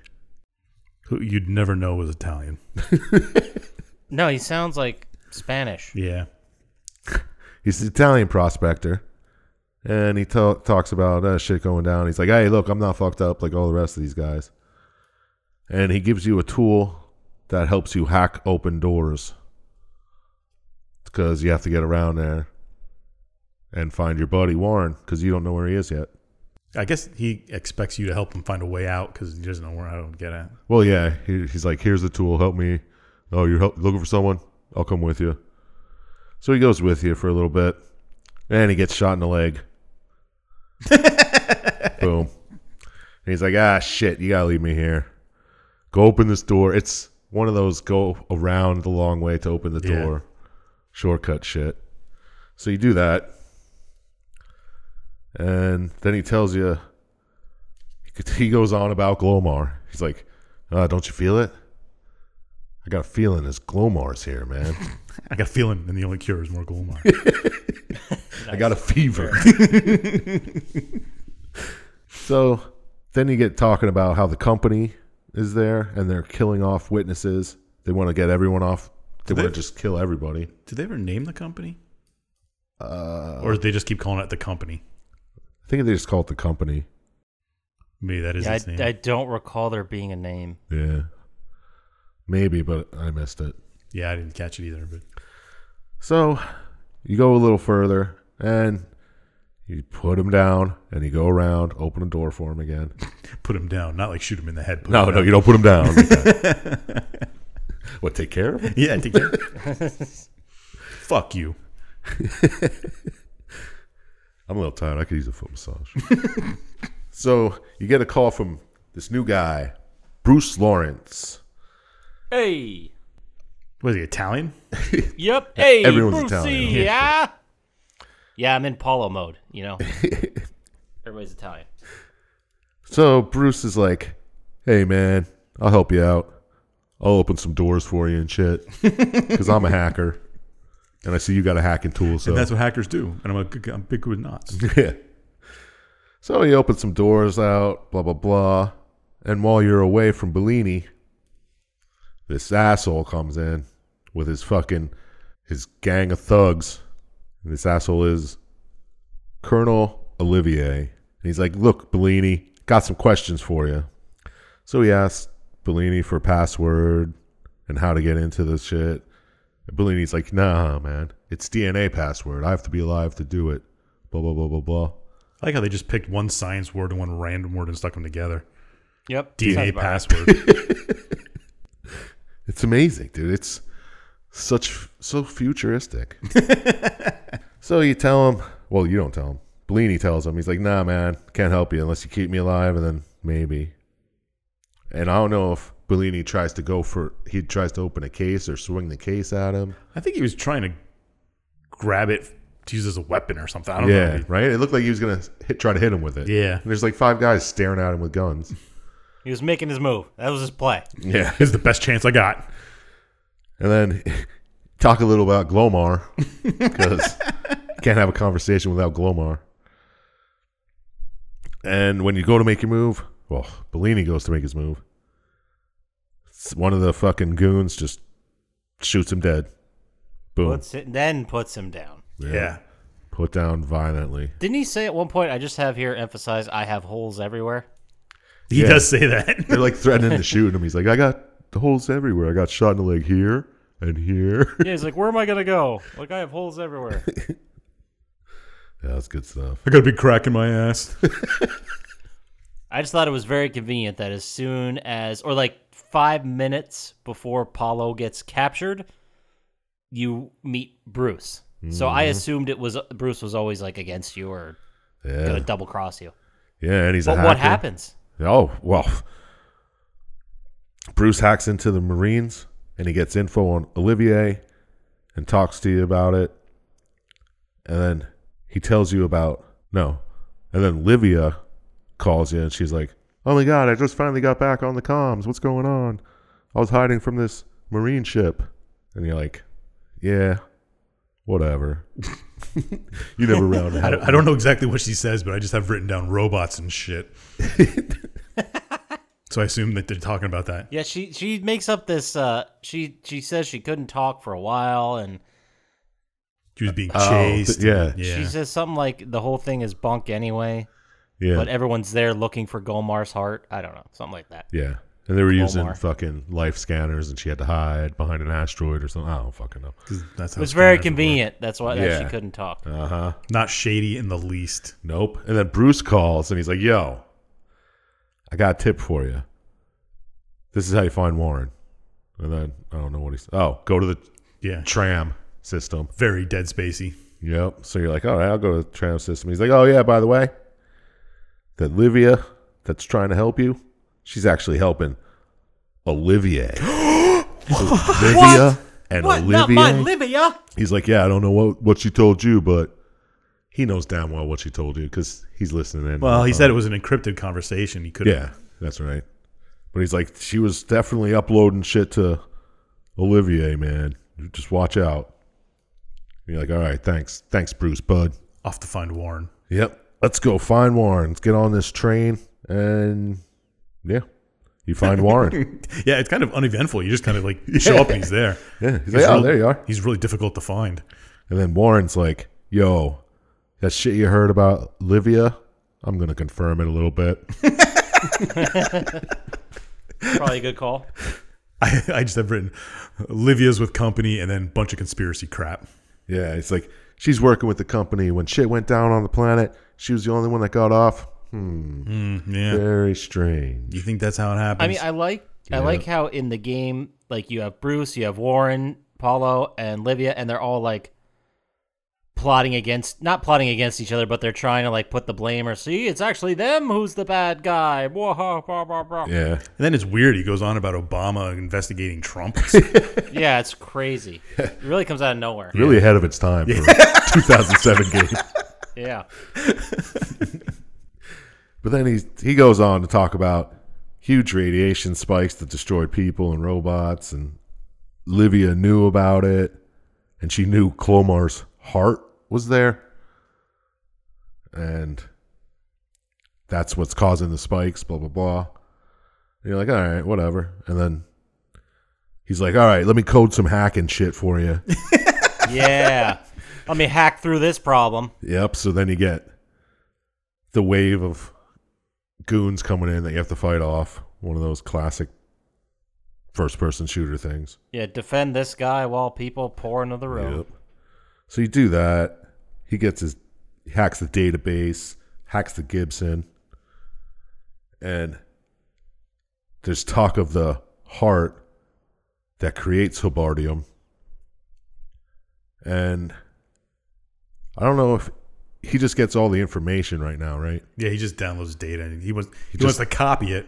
Who you'd never know was Italian. No, he sounds like Spanish. Yeah, He's an Italian prospector, and he ta- talks about uh, shit going down. He's like, "Hey, look, I'm not fucked up like all the rest of these guys." And he gives you a tool that helps you hack open doors because you have to get around there and find your buddy Warren because you don't know where he is yet. I guess he expects you to help him find a way out because he doesn't know where I don't get at. Well, yeah, he, he's like, "Here's the tool. Help me." Oh, you're help- looking for someone? I'll come with you. So he goes with you for a little bit, and he gets shot in the leg. Boom. And he's like, "Ah, shit! You gotta leave me here. Go open this door. It's one of those go around the long way to open the Yeah. door, shortcut shit." So you do that, and then he tells you He goes on about Glomar. He's like, uh, "Don't you feel it? I got a feeling this Glomar's here, man. I got a feeling, and the only cure is more Golmar. I got a fever." so then you get talking about how the company is there and they're killing off witnesses. They want to get everyone off. They want They- to just kill everybody. Did they ever name the company? Uh, or did they just keep calling it the company? I think they just call it the company. Maybe that is Yeah, its name. I, I don't recall there being a name. Yeah. Maybe, but I missed it. yeah, I didn't catch it either. But So you go a little further and you put him down and you go around, open a door for him again. put him down, not like shoot him in the head. Put No, him no, down. you don't put him down. what, take care of him? yeah, take care. Fuck you. I'm a little tired. I could use a foot massage. so you get a call from this new guy, Bruce Lawrence. Hey. Was he Italian? Yep. Hey. everyone's Italian. Yeah. Yeah, I'm in Paulo mode. You know. Everybody's Italian. So Bruce is like, hey, man, I'll help you out. I'll open some doors for you and shit because I'm a hacker. And I see you got a hacking tool. So And that's what hackers do. And I'm a good, I'm big with knots. Yeah. So he opens some doors out, blah, blah, blah. And while you're away from Bellini, this asshole comes in with his fucking, his gang of thugs. And this asshole is Colonel Olivier. And he's like, look, Bellini, got some questions for you. So he asks Bellini for a password and how to get into this shit. And Bellini's like, nah, man, it's DNA password. I have to be alive to do it. Blah, blah, blah, blah, blah. I like how they just picked one science word and one random word and stuck them together. Yep. sounds DNA about right. password. It's amazing, dude. It's such so futuristic. so you tell him, well, you don't tell him. Bellini tells him, he's like, "Nah, man, can't help you unless you keep me alive, and then maybe." And I don't know if Bellini tries to go for he tries to open a case or swing the case at him. I think he was trying to grab it to use as a weapon or something. I don't Yeah, know. right. It looked like he was gonna hit, try to hit him with it. Yeah. And there's like five guys staring at him with guns. He was making his move. That was his play. yeah, It's the best chance I got. and then talk a little about Glomar because can't have a conversation without Glomar. And when you go to make your move, well, Bellini goes to make his move. S- One of the fucking goons just shoots him dead. Boom. Puts it, then puts him down. Yeah. Put down violently. Didn't he say at one point? I just have here emphasize I have holes everywhere. He Yeah. does say that. They're like threatening to shoot him. He's like, I got holes everywhere. I got shot in the leg here and here. Yeah, he's like, where am I gonna go? Like I have holes everywhere. yeah, that's good stuff. I got a big crack in my ass. I just thought it was very convenient that as soon as, or like five minutes before Paulo gets captured, you meet Bruce. So I Mm-hmm. assumed it was Bruce was always like against you or gonna Yeah. double cross you. Yeah, and he's a But what hacker. happens? Oh, well. Bruce hacks into the Marines and he gets info on Olivier and talks to you about it. And then he tells you about no. And then Livia calls you and she's like, Oh my god, I just finally got back on the comms. What's going on? I was hiding from this Marine ship. And you're like, Yeah, whatever. you never round I out. don't, I don't know exactly what she says, but I just have written down robots and shit. so I assume that they're talking about that. Yeah, she she makes up this. Uh, she she says she couldn't talk for a while, and She was being Oh, chased. yeah. Yeah. she says something like the whole thing is bunk anyway. Yeah. But everyone's there looking for Golmar's heart. I don't know, something like that. Yeah. And they were using Walmart. fucking life scanners and she had to hide behind an asteroid or something. I don't fucking know. 'Cause that's how It was scanners very work. convenient. That's why that Yeah. she couldn't talk. Uh huh. Not shady in the least. Nope. And then Bruce calls and he's like, yo, I got a tip for you. This is how you find Warren. And then I don't know what he's. Oh, go to the Yeah. tram system. Very dead spacey. Yep. So you're like, all right, I'll go to the tram system. He's like, oh, yeah, by the way, that Livia that's trying to help you, she's actually helping Olivier. Olivia and Olivia. Livia. He's like, yeah, I don't know what, what she told you, but he knows damn well what she told you because he's listening in. Uh, Well, he said it was an encrypted conversation. He couldn't. Yeah, that's right. But he's like, she was definitely uploading shit to Olivier, man. Just watch out. And you're like, all right, thanks, thanks, Bruce, bud. Off to find Warren. Yep. Let's go find Warren. Let's get on this train, and yeah, you find Warren. Yeah, it's kind of uneventful. You just kind of like show up and he's there. yeah, he's like, oh, really- there you are. He's really difficult to find. And then Warren's like, yo, that shit you heard about Livia, I'm going to confirm it a little bit. Probably a good call. I, I just have written Livia's with company and then bunch of conspiracy crap. yeah, it's like she's working with the company. When shit went down on the planet, she was the only one that got off. Hmm, Yeah. very strange. You think that's how it happens? I mean, I like I like how in the game, like you have Bruce, you have Warren, Paulo, and Livia, and they're all like plotting against not plotting against each other, but they're trying to like put the blame or see it's actually them who's the bad guy. Whoa, ha, blah, blah, blah. Yeah. Yeah, and then it's weird. He goes on about Obama investigating Trump. it's crazy. It really comes out of nowhere. really ahead of its time for a 2007 game. Yeah. But then he he goes on to talk about huge radiation spikes that destroyed people and robots, and Livia knew about it, and she knew Clomar's heart was there, and that's what's causing the spikes. Blah blah blah. And you're like, all right, whatever. And then he's like, all right, let me code some hacking shit for you. Yeah. Let me hack through this problem. Yep. So then you get the wave of goons coming in that you have to fight off. One of those classic first person shooter things. Yeah, defend this guy while people pour into the room. So you do that. He gets his he hacks the database, hacks the Gibson, and there's talk of the heart that creates Hobardium. And I don't know if he just gets all the information right now, right? yeah, he just downloads data and he wants he, wants just- to copy it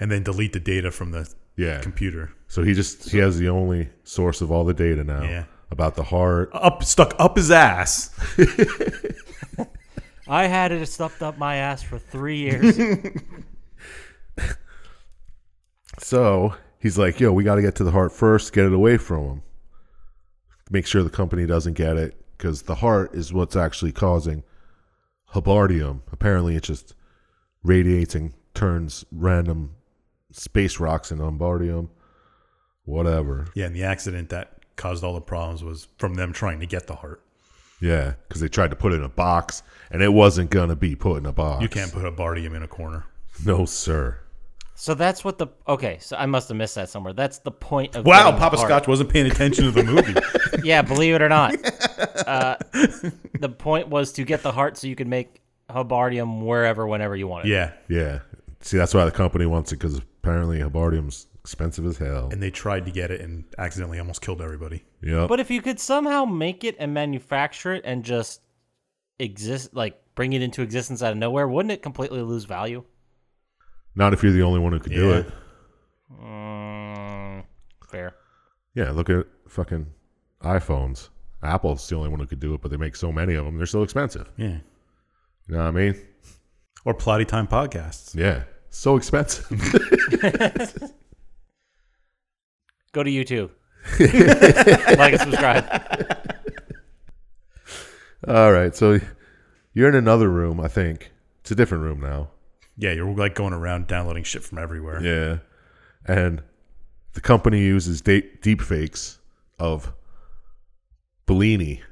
and then delete the data from the Yeah. computer. So he just he has the only source of all the data now Yeah. about the heart. Up stuck up his ass. I had it stuffed up my ass for three years. So he's like, "Yo, we got to get to the heart first. Get it away from him. Make sure the company doesn't get it because the heart is what's actually causing Habardium. Apparently, it just radiates and turns random space rocks into Habardium. Whatever. Yeah, and the accident that caused all the problems was from them trying to get the heart. Yeah, because they tried to put it in a box and it wasn't gonna be put in a box. You can't put a bardium in a corner. No, sir. So that's what the okay. So I must have missed that somewhere. That's the point of Wow, getting the Papa heart. Scotch wasn't paying attention to the movie. Yeah, believe it or not, uh, the point was to get the heart so you could make Habardium wherever, whenever you wanted. yeah, Yeah. See, that's why the company wants it because apparently Habardium's expensive as hell. and they tried to get it and accidentally almost killed everybody. Yep. But if you could somehow make it and manufacture it and just exist, like bring it into existence out of nowhere, wouldn't it completely lose value? Not if you're the only one who could do Yeah. it. Mm, fair. Yeah, look at fucking iPhones. Apple's the only one who could do it, but they make so many of them, they're so expensive. Yeah. You know what I mean? Or Plotty Time podcasts. Yeah, so expensive. Go to YouTube. like and subscribe. All right, so you're in another room, I think. It's a different room now. Yeah, you're like going around downloading shit from everywhere. Yeah, and the company uses da- deep fakes of Bellini.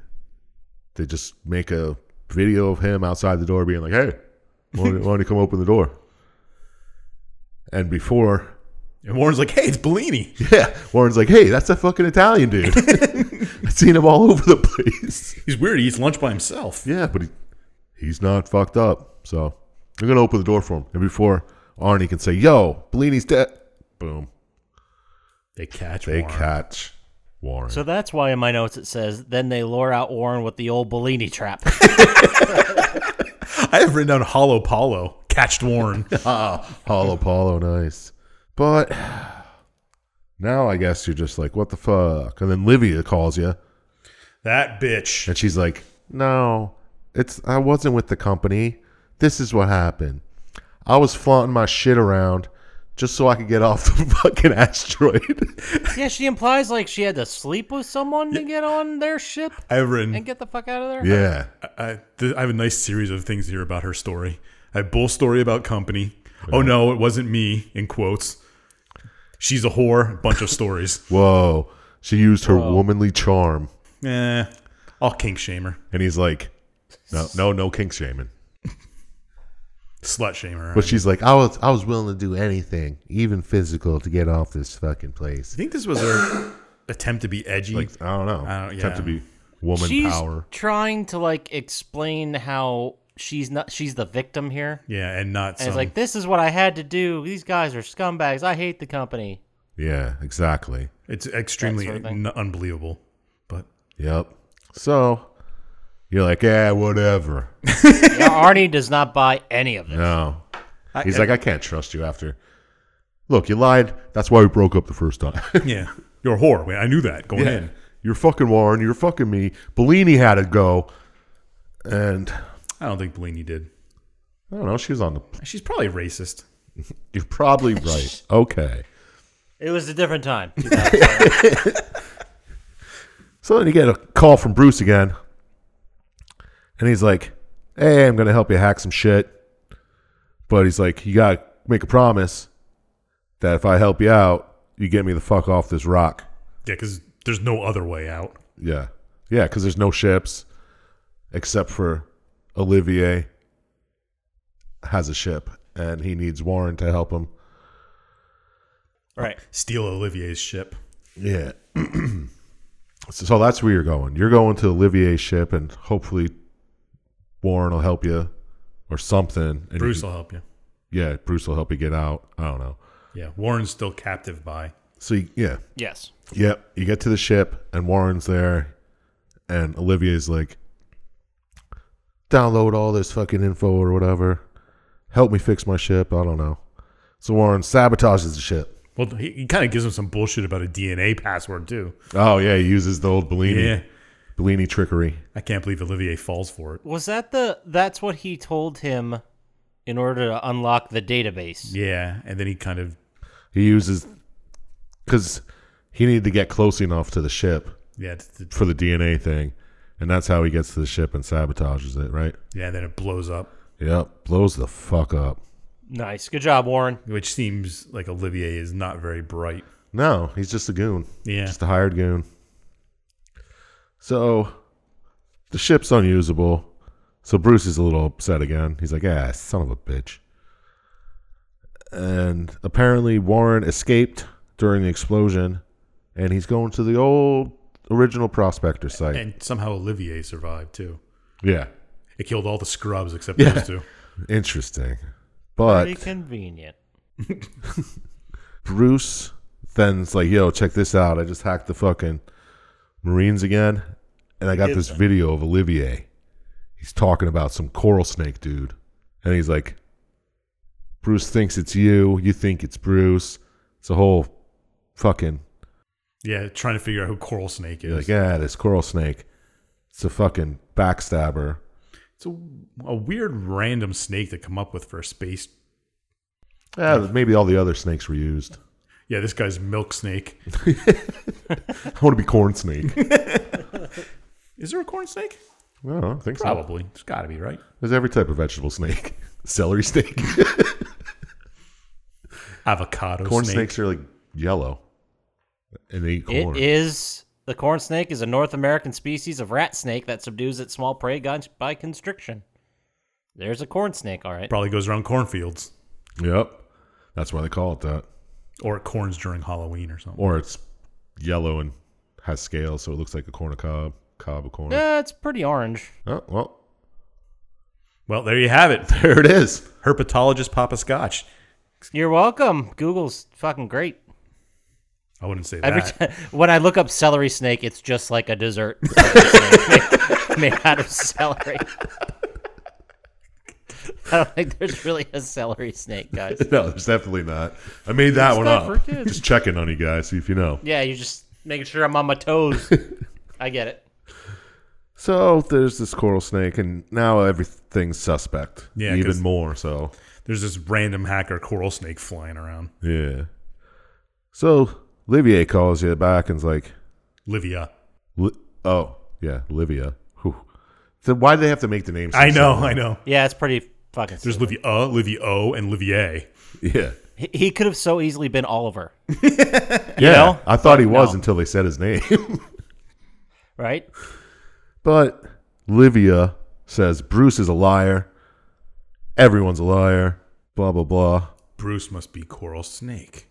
They just make a video of him outside the door, being like, "Hey, why don't you- why don't you come open the door?" And before And Warren's like, hey, it's Bellini. Yeah. Warren's like, hey, that's a fucking Italian dude. I've seen him all over the place. He's weird. He eats lunch by himself. Yeah, but he, he's not fucked up. So I'm going to open the door for him. And before Arnie can say, yo, Bellini's dead, boom, They catch they Warren. catch Warren. So that's why in my notes it says, then they lure out Warren with the old Bellini trap. I have written down Hollow Paulo. Catched Warren. Hollow Paulo, nice. But now I guess you're just like, what the fuck? And then Livia calls you that bitch. and she's like, no, It's I wasn't with the company. This is what happened. I was flaunting my shit around just so I could get off the fucking asteroid. Yeah, she implies like she had to sleep with someone to get on their ship I have written. and get the fuck out of there. yeah. I, th- I have a nice series of things here about her story. I have bull story about company. Oh no, it wasn't me. In quotes, she's a whore. Bunch of stories. Whoa. She used her womanly charm. eh, I'll kink shame her, And he's like, No, no, no kink shaming. slut shame her. But she's like, I was I was willing to do anything, even physical, to get off this fucking place. I think this was her attempt to be edgy. Like I don't know. I don't- Attempt to yeah. be woman she's power. trying to like explain how she's not she's the victim here. yeah, and not And some. it's like this is what I had to do. These guys are scumbags. I hate the company. Yeah, exactly. it's extremely That sort of thing. n- unbelievable. But Yep. So you're like, yeah, whatever. Yeah, Arnie does not buy any of it. No. He's like, I can't trust you after. Look, you lied. That's why we broke up the first time. yeah, you're a whore. Wait, I knew that going in. You're fucking Warren. You're fucking me. Bellini had to go. And I don't think Bellini did. I don't know. She was on the. She's probably racist. You're probably right. Okay. It was a different time. So then you get a call from Bruce again. And he's like, Hey, I'm going to help you hack some shit. But he's like, You got to make a promise that if I help you out, you get me the fuck off this rock. Yeah, because there's no other way out. Yeah. Yeah, because there's no ships except for Olivier has a ship and he needs Warren to help him. right. Steal Olivier's ship. Yeah. so, so that's where you're going. You're going to Olivier's ship and hopefully Warren will help you or something. And Bruce you- will help you. yeah, Bruce will help you get out. I don't know. Yeah, Warren's still captive by. So you, yeah, Yes. Yep. You get to the ship, and Warren's there, and Olivier's like, download all this fucking info or whatever. Help me fix my ship. I don't know. So Warren sabotages the ship. Well, he, he kind of gives him some bullshit about a DNA password too. Oh, yeah. He uses the old Bellini, Yeah, Bellini trickery. I can't believe Olivier falls for it. Was that the that's what he told him in order to unlock the database? Yeah, and then he kind of He uses because he needed to get close enough to the ship yeah t- t- for the DNA thing. And that's how he gets to the ship and sabotages it, right? yeah. Then it blows up, Yep. Blows the fuck up. Nice. Good job, Warren. which seems like Olivier is not very bright. No, he's just a goon. Yeah, Just a hired goon. So the ship's unusable. So Bruce is a little upset again. He's like, ah, son of a bitch. And apparently Warren escaped during the explosion and he's going to the old original prospector site. and somehow Olivier survived too. yeah. It killed all the scrubs except those two. Interesting. But Pretty convenient. Bruce then's like, yo, check this out. I just hacked the fucking Marines again. And I got this video of Olivier. He's talking about some coral snake dude. And he's like, Bruce thinks it's you. You think it's Bruce. It's a whole fucking, Yeah, trying to figure out who Coral Snake is. you're like, yeah, this coral snake. It's a fucking backstabber. It's a, a weird random snake to come up with for a space. Yeah, maybe all the other snakes were used. Yeah, this guy's Milk Snake. I want to be corn snake. Is there a corn snake? Well, I don't think so. Probably. There's got to be, right? There's every type of vegetable snake. Celery snake. Avocado Corn snake. snakes are like yellow, and they eat corn. It is the corn snake is a North American species of rat snake that subdues its small prey gun- by constriction. There's a corn snake, all right. Probably goes around cornfields Yep, that's why they call it that. or it corns during Halloween or something. Or it's yellow and has scales, so it looks like a corn cob, cob of corn. Yeah, it's pretty orange. Oh well, Well, there you have it. there it is. Herpetologist Papa Scotch. You're welcome. Google's fucking great. I wouldn't say that. Every time, when I look up celery snake, it's just like a dessert made, made out of celery. I don't think there's really a celery snake, guys. No, there's definitely not. I made that one not up. for kids. Just checking on you guys, see if you know. Yeah, you're just making sure I'm on my toes. I get it. So there's this coral snake, and now everything's suspect. Yeah, 'cause- even more so. There's this random hacker coral snake flying around. Yeah. So Livier calls you back and's like, Livia. Li- "Oh yeah, Livia." Whew. So why do they have to make the name? so I know, similar? I know. Yeah, it's pretty fucking. There's Livia, Stupid. uh, Livia O, and Livier. Yeah. He- he could have so easily been Oliver, yeah. know? I thought he was No. until they said his name. right? But Livia says Bruce is a liar. Everyone's a liar. Blah blah blah. Bruce must be coral snake.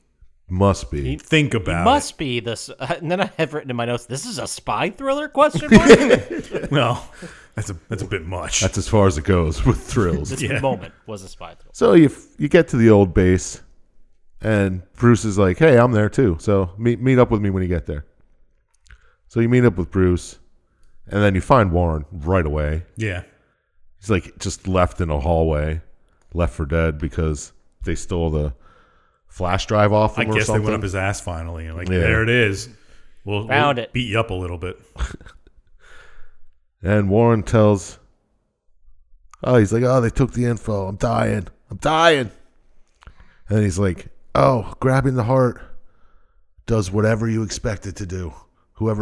Must be. Think about it. Must be this. and then I have written in my notes, "This is a spy thriller?" Question mark. Well, that's a that's a bit much. That's as far as it goes with thrills. this moment was a spy thriller. so you f- you get to the old base, and Bruce is like, "Hey, I'm there too. So meet meet up with me when you get there." So you meet up with Bruce, and then you find Warren right away. yeah. He's like just left in a hallway, left for dead because they stole the flash drive off I him or guess they something. went up his ass finally. Like Yeah. there it is. We'll, Found we'll it. Beat you up a little bit. And Warren tells, Oh, he's like, Oh, they took the info. I'm dying. I'm dying. And he's like, Oh, grabbing the heart does whatever you expect it to do. Whoever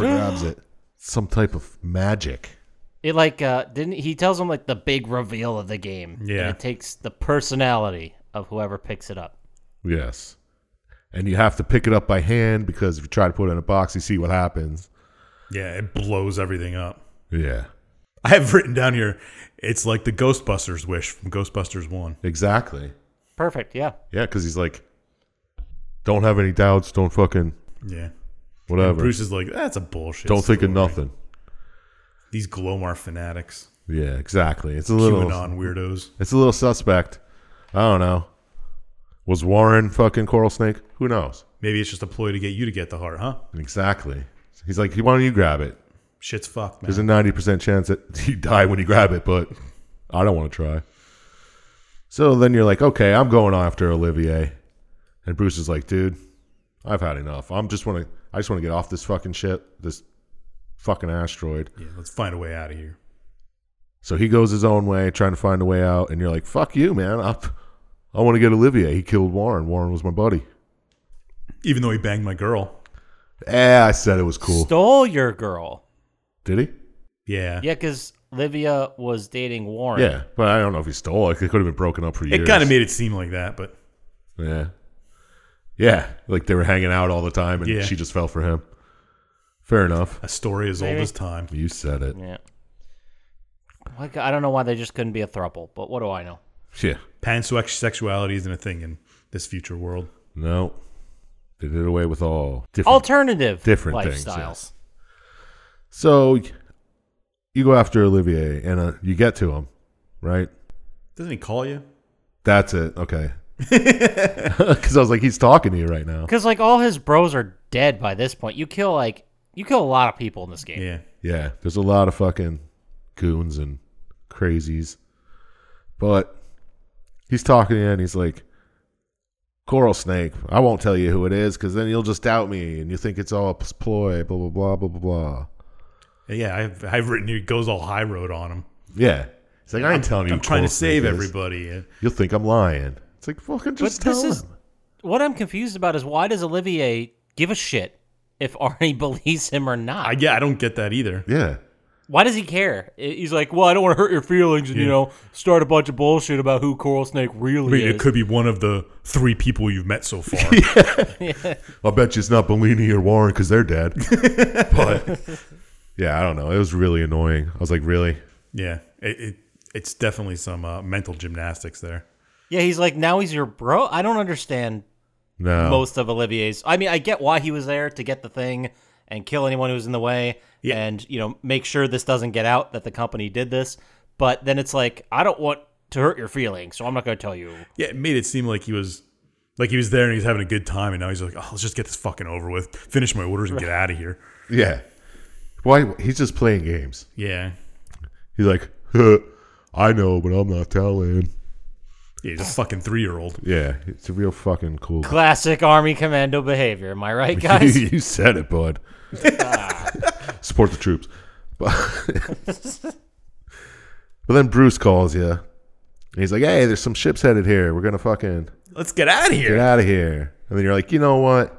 grabs it, some type of magic. It like uh didn't he tells him like the big reveal of the game. and Yeah. it takes the personality of whoever picks it up. Yes. And you have to pick it up by hand because if you try to put it in a box, you see what happens. Yeah, it blows everything up. Yeah. I have written down here. It's like the Ghostbusters wish from Ghostbusters One. Exactly. Perfect. Yeah. Yeah, because he's like, Don't have any doubts. Don't fucking Yeah. whatever. Bruce is like, that's a bullshit. don't think of story." nothing. These Glomar fanatics, Yeah, exactly. It's a little. QAnon weirdos. It's a little suspect. I don't know. Was Warren fucking Coral Snake? Who knows? Maybe it's just a ploy to get you to get the heart, huh? Exactly. He's like, why don't you grab it? Shit's fucked, man. There's a 90% chance that you die when you grab it, but I don't want to try. So then you're like, okay, I'm going after Olivier. And Bruce is like, dude, I've had enough. I'm just want to, I just want to get off this fucking shit, this fucking asteroid. yeah, let's find a way out of here. So he goes his own way, trying to find a way out. And you're like, fuck you, man. I, I want to get Olivier. He killed Warren. Warren was my buddy. Even though he banged my girl. Eh, I said it was cool. Stole your girl. Did he? Yeah. Yeah, because Livia was dating Warren. Yeah, but I don't know if he stole it. It could have been broken up for years. It kind of made it seem like that, but Yeah. Yeah, like they were hanging out all the time and Yeah. she just fell for him. Fair enough. a story as Maybe. old as time. You said it. Yeah. Like I don't know why they just couldn't be a throuple, but what do I know? Yeah. Pansexuality isn't a thing in this future world. No. They did away with all different. Alternative Different things, lifestyles. yes. so you go after Olivier and uh, you get to him, right? Doesn't he call you? That's it. Okay. Because I was like, he's talking to you right now. Because like all his bros are dead by this point. You kill like you kill a lot of people in this game. Yeah. Yeah, there's a lot of fucking goons and crazies. But he's talking to you and he's like, Coral Snake, I won't tell you who it is because then you'll just doubt me and you think it's all a ploy, blah, blah, blah, blah, blah, blah. Yeah, I've, I've written here, he goes all high road on him. Yeah. He's like, I ain't telling you. I'm who trying Coral to save Snake is. everybody. and- You'll think I'm lying. It's like, fucking just this tell him. is- What I'm confused about is why does Olivier give a shit if Arnie believes him or not? I, yeah, I don't get that either. Yeah. why does he care? I- He's like, well, I don't want to hurt your feelings and you know start a bunch of bullshit about who Coral Snake I really mean, is. it could be one of the three people you've met so far. I bet you it's not Bellini or Warren because they're dead. but yeah, I don't know. It was really annoying. I was like, really? yeah, it, it, it's definitely some uh, mental gymnastics there. yeah, he's like, now he's your bro. I don't understand No. most of Olivier's. I mean, I get why he was there to get the thing and kill anyone who was in the way Yeah. and, you know, make sure this doesn't get out that the company did this. But then it's like, I don't want to hurt your feelings, so I'm not going to tell you. Yeah, it made it seem like he was like he was there and he was having a good time, and now he's like, oh, let's just get this fucking over with, finish my orders, and get out of here. Yeah. Why? He's just playing games. Yeah, He's like, huh, I know, but I'm not telling. yeah he's a fucking three year old. Yeah, it's a real fucking cool. Classic Army Commando behavior. Am I right, guys? you said it, bud. Support the troops. But but then Bruce calls you. And he's like, "Hey, there's some ships headed here. We're gonna fucking Let's get out of get here. out of here." And then you're like, "You know what?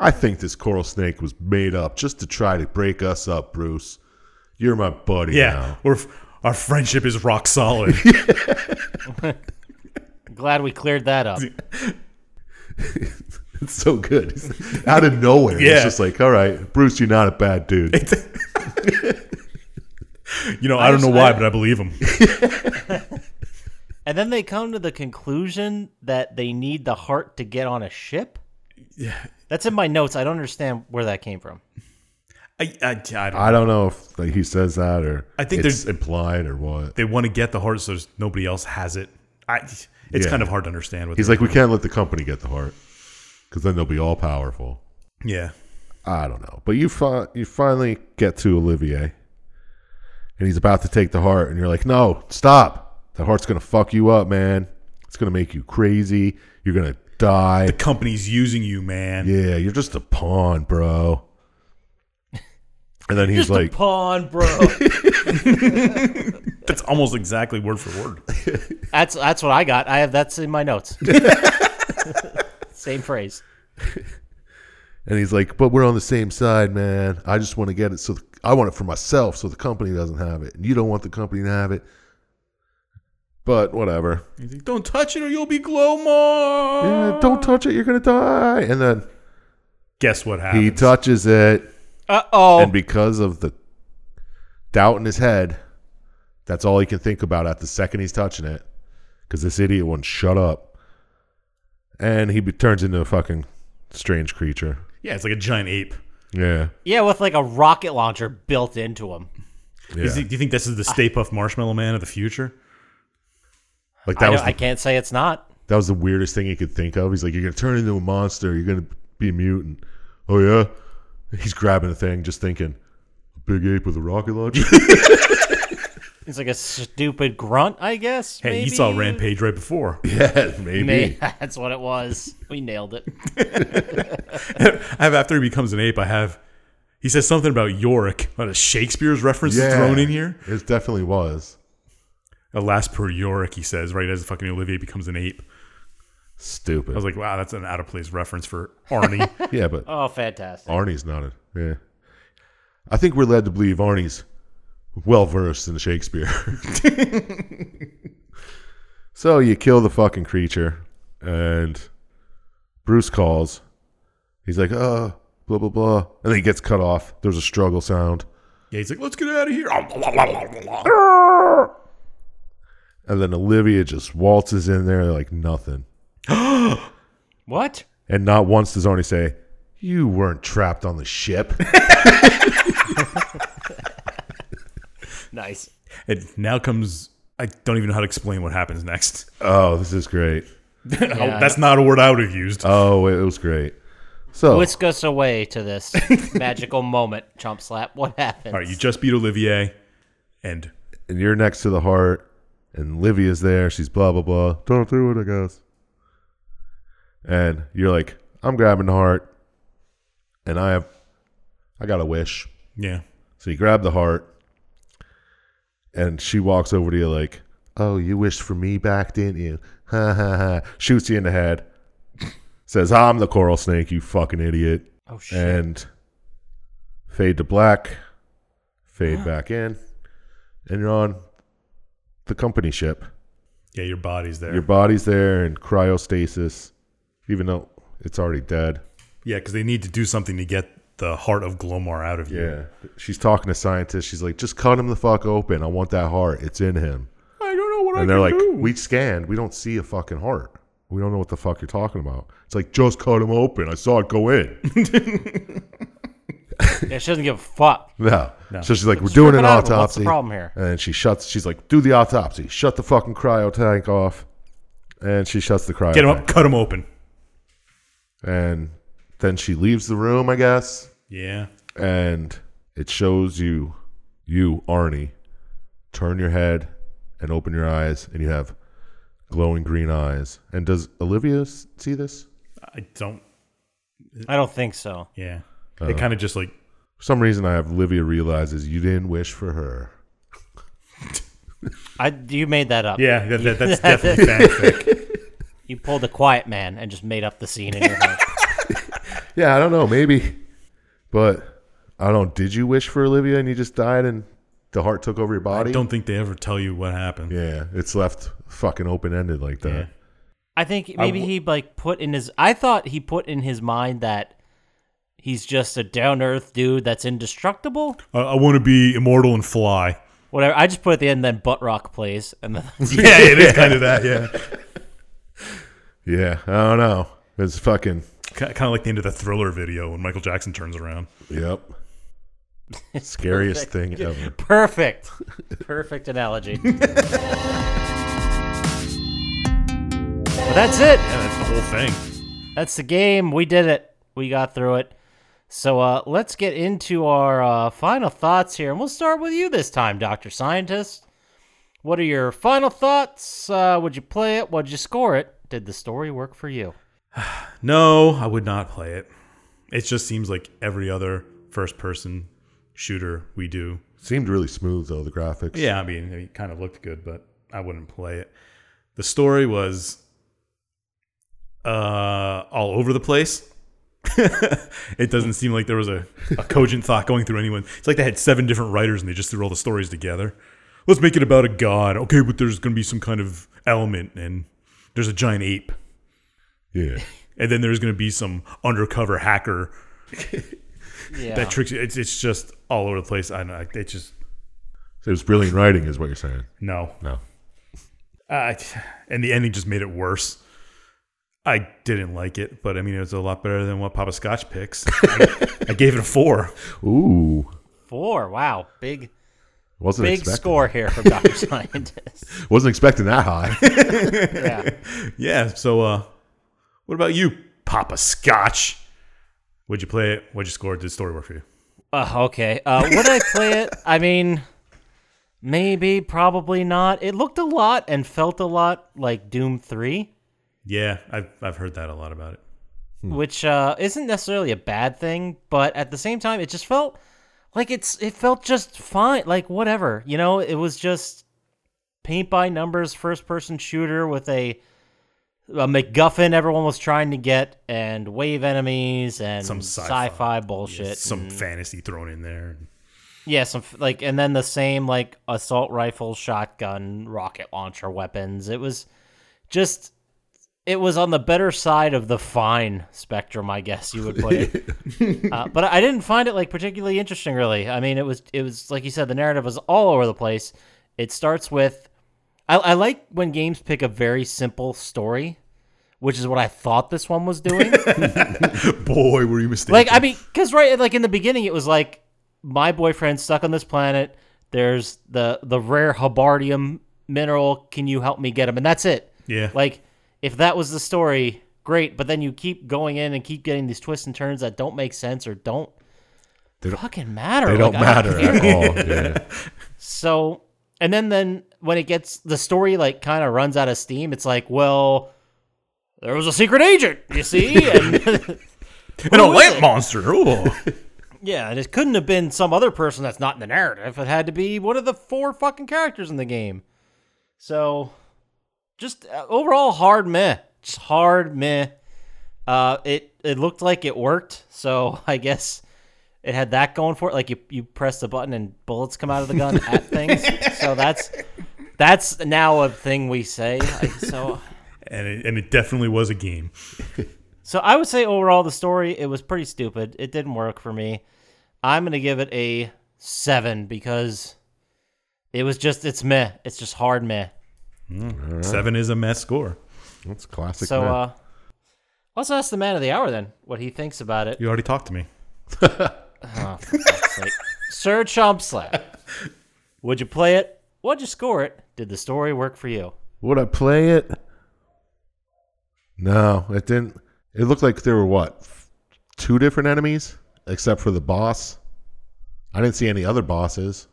I think this coral snake was made up just to try to break us up, Bruce. You're my buddy Yeah, now." we're f- our friendship is rock solid. Glad we cleared that up. It's so good. It's out of nowhere. Yeah. It's just like, all right, Bruce, you're not a bad dude. You know, I, don't just- know why, I- but I believe him. And then they come to the conclusion that they need the heart to get on a ship. Yeah, that's in my notes. I don't understand where that came from. I, I, I don't know. I don't know if like, he says that or I think it's there's- implied or what. They want to get the heart so there's- nobody else has it. I, it's Yeah. kind of hard to understand. What He's they're like, we doing. can't let the company get the heart because then they'll be all powerful. yeah. I don't know. But you, fi- you finally get to Olivier and he's about to take the heart, and you're like, no, stop. The heart's going to fuck you up, man. It's going to make you crazy. You're going to die. The company's using you, man. Yeah, you're just a pawn, bro. And then he's like, Pawn, bro. That's almost exactly word for word. that's that's what I got. I have that's in my notes. Same phrase. and he's like, but we're on the same side, man. I just want to get it so the, I want it for myself, so the company doesn't have it, and you don't want the company to have it. But whatever. He's like, don't touch it or you'll be Uh, Glowmore. Yeah, don't touch it; you're gonna die. And then Guess what happens? he touches it, Uh oh. and because of the doubt in his head, that's all he can think about at the second he's touching it, because this idiot won't shut up, and he be- turns into a fucking strange creature. yeah, it's like a giant ape. Yeah, Yeah, with like a rocket launcher built into him. yeah. Is it- do you think this is the Stay Puff Marshmallow Man of the future? like I, that don't- was the, I can't say it's not. that was the weirdest thing he could think of. He's like, "You're gonna turn into a monster. You're gonna be a mutant." Oh yeah, he's grabbing a thing, just thinking, a big ape with a rocket launcher. It's like a stupid grunt, I guess. Hey, maybe? you saw Rampage right before. yeah, maybe. May- That's what it was. We nailed it. I have after he becomes an ape, I have he says something about Yorick, but a Shakespeare's reference is Yeah. thrown in here. It definitely was. Alas per Yorick, he says, right as fucking Olivier becomes an ape. Stupid. I was like, wow, that's an out of place reference for Arnie. yeah, but Oh, fantastic. Arnie's not a yeah. I think we're led to believe Arnie's well versed in Shakespeare. so you kill the fucking creature, and Bruce calls. He's like, "Uh, blah blah blah," and then he gets cut off. There's a struggle sound, yeah, he's like, let's get out of here. and then Olivia just waltzes in there like nothing, What? and not once does Arnie say, "You weren't trapped on the ship." Nice. and now comes I don't even know how to explain what happens next. oh, this is great. Yeah. That's not a word I would have used. Oh, it was great. So Whisk us away to this magical moment, chump slap. What happened? All right, you just beat Olivier, and and you're next to the heart, and Livia's there. She's blah blah blah. Don't do it, I guess. And you're like, I'm grabbing the heart, and I have, I got a wish. yeah, So you grab the heart, and she walks over to you like, "Oh, you wished for me back, didn't you?" Ha ha ha! Shoots you in the head. Says, "I'm the coral snake, you fucking idiot." oh shit. and fade to black, fade back in, and you're on the company ship. yeah, your body's there. Your body's there in cryostasis, even though it's already dead. yeah, because they need to do something to get the heart of Glomar out of you. Yeah. She's talking to scientists. She's like, just cut him the fuck open. I want that heart. It's in him. I don't know what I And they're can like, do. we scanned. We don't see a fucking heart. We don't know what the fuck you're talking about. It's like, just cut him open. I saw it go in. Yeah, she doesn't give a fuck. No. So she's like, we're Strip doing it an out. What's the autopsy. problem here? And then she shuts. She's like, do the autopsy. Shut the fucking cryo tank off. And she shuts the cryo Get him tank. up, cut him open. And then she leaves the room, I guess. Yeah, And it shows you, you Arnie, turn your head and open your eyes, and you have glowing green eyes. And does Olivia s- see this? I don't. I don't think so. Uh. Yeah, it kind of just like For some reason, I have Livia realizes you didn't wish for her. I you made that up. Yeah, that, that, that's definitely fanfic. You pulled a quiet man and just made up the scene in your head. Yeah, I don't know, maybe, but I don't. know. Did you wish for Olivia and you just died and the heart took over your I body? don't think they ever tell you what happened. Yeah, it's left fucking open ended like that. I think maybe he like put in his. I thought he put in his mind that he's just a down earth dude that's indestructible. I, I want to be immortal and fly. Whatever. I just put at the end, then butt rock plays, and then Yeah, it is kind of that. Yeah, Yeah, I don't know. It's fucking. kind of like the end of the Thriller video when Michael Jackson turns around. Yep. Scariest thing ever. perfect, perfect analogy. but that's it. Yeah, that's the whole thing. That's the game. We did it. We got through it. So uh, let's get into our uh, final thoughts here, and we'll start with you this time, Doctor Scientist. What are your final thoughts? Uh, would you play it? Would you score it? Did the story work for you? No, I would not play it. It just seems like every other first-person shooter we do. Seemed really smooth though the graphics. Yeah, I mean, it kind of looked good, but I wouldn't play it. The story was uh, all over the place. it doesn't seem like there was a, a cogent thought going through anyone. It's like they had seven different writers and they just threw all the stories together. Let's make it about a god. Okay, but there's going to be some kind of element and there's a giant ape. Yeah. And then there's going to be some undercover hacker Yeah. that tricks you. It's, it's just all over the place. I don't know. It just, It was brilliant writing is what you're saying. no. No. uh, and the ending just made it worse. I didn't like it, but I mean, it was a lot better than what Papa Scotch picks. I gave it a four. Ooh. Four. Wow. Big Wasn't big expecting. score here from Doctor Scientist. Wasn't expecting that high. Yeah. Yeah. So, uh, what about you, Papa Scotch? Would you play it? What'd you score? Did the story work for you? Uh, okay. Uh, would I play it? I mean, maybe, probably not. It looked a lot and felt a lot like Doom Three. Yeah, I've I've heard that a lot about it. Hmm. which uh, isn't necessarily a bad thing, but at the same time, it just felt like it's it felt just fine, like whatever, you know. It was just paint by numbers, first person shooter with a, a MacGuffin everyone was trying to get, and wave enemies and Some sci-fi, sci-fi. bullshit. Some fantasy thrown in there. Yeah, some f- like, and then the same like assault rifle, shotgun, rocket launcher weapons. It was just, it was on the better side of the fine spectrum, I guess you would put it. uh, but I didn't find it like particularly interesting, really. I mean, it was, it was like you said, the narrative was all over the place. It starts with, I, I like when games pick a very simple story, which is what I thought this one was doing. Boy, were you mistaken? Like I mean, because right, like in the beginning, it was like my boyfriend's stuck on this planet. There's the the rare habardium mineral. Can you help me get him? And that's it. yeah, Like if that was the story, great. But then you keep going in and keep getting these twists and turns that don't make sense or don't. They don't- fucking matter. They Like, don't I matter care. at all. Yeah. So, and then then when it gets the story like kind of runs out of steam, it's like, well, there was a secret agent, you see, and and a is lamp it? monster. Oh, Yeah, and it couldn't have been some other person that's not in the narrative. It had to be one of the four fucking characters in the game. So, just uh, overall hard meh, just hard meh. Uh, it it looked like it worked, so I guess it had that going for it. Like you you press the button and bullets come out of the gun at things. So that's that's now a thing we say. I- So and it, and it definitely was a game. so I would say overall the story it was pretty stupid. It didn't work for me. I'm gonna give it a seven because it was just it's meh. It's just hard meh. Seven is a mess score. That's classic. so man. uh let's ask the man of the hour then what he thinks about it. You already talked to me. It's like, Sir Chompslap. Would you play it? Would you score it? Did the story work for you? Would I play it? No, it didn't. It looked like there were what two different enemies, except for the boss. I didn't see any other bosses.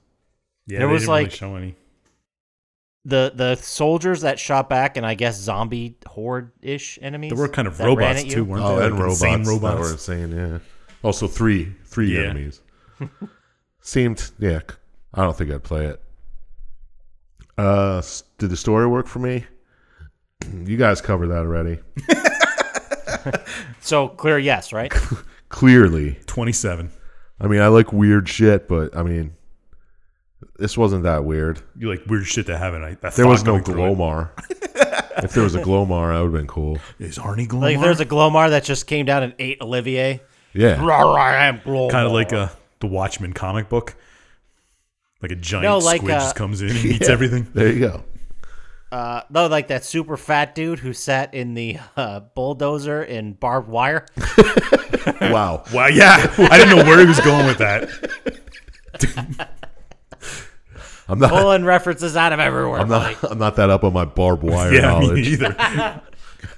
Yeah, There they was, didn't really like- show any. The the soldiers that shot back and I guess zombie horde ish enemies. There were kind of that ran robots at you? too, weren't oh, there? and Like robots. insane that were insane, yeah. Also, three three Yeah. enemies. Seemed, yeah. c- I don't think I'd play it. Uh, s- did the story work for me? You guys covered that already. So clear, yes, right? Clearly, Twenty-seven. I mean, I like weird shit, but I mean, this wasn't that weird. You like weird shit to have, and I, I There thought was no going through it. Glomar. if there was a Glomar, that would have been cool. Is Arnie Glomar? Like if there's a Glomar that just came down and ate Olivier. Yeah, Rawr, I am Glomar. kind of like a the Watchmen comic book. Like a giant No, like, squid uh, just comes in and eats everything. there you go. uh, no, like that super fat dude who sat in the uh, bulldozer in barbed wire. Wow. Wow, yeah. I didn't know where he was going with that. I'm not. Pulling references out of everywhere. I'm not. buddy. I'm not that up on my barbed wire Yeah, me knowledge. either.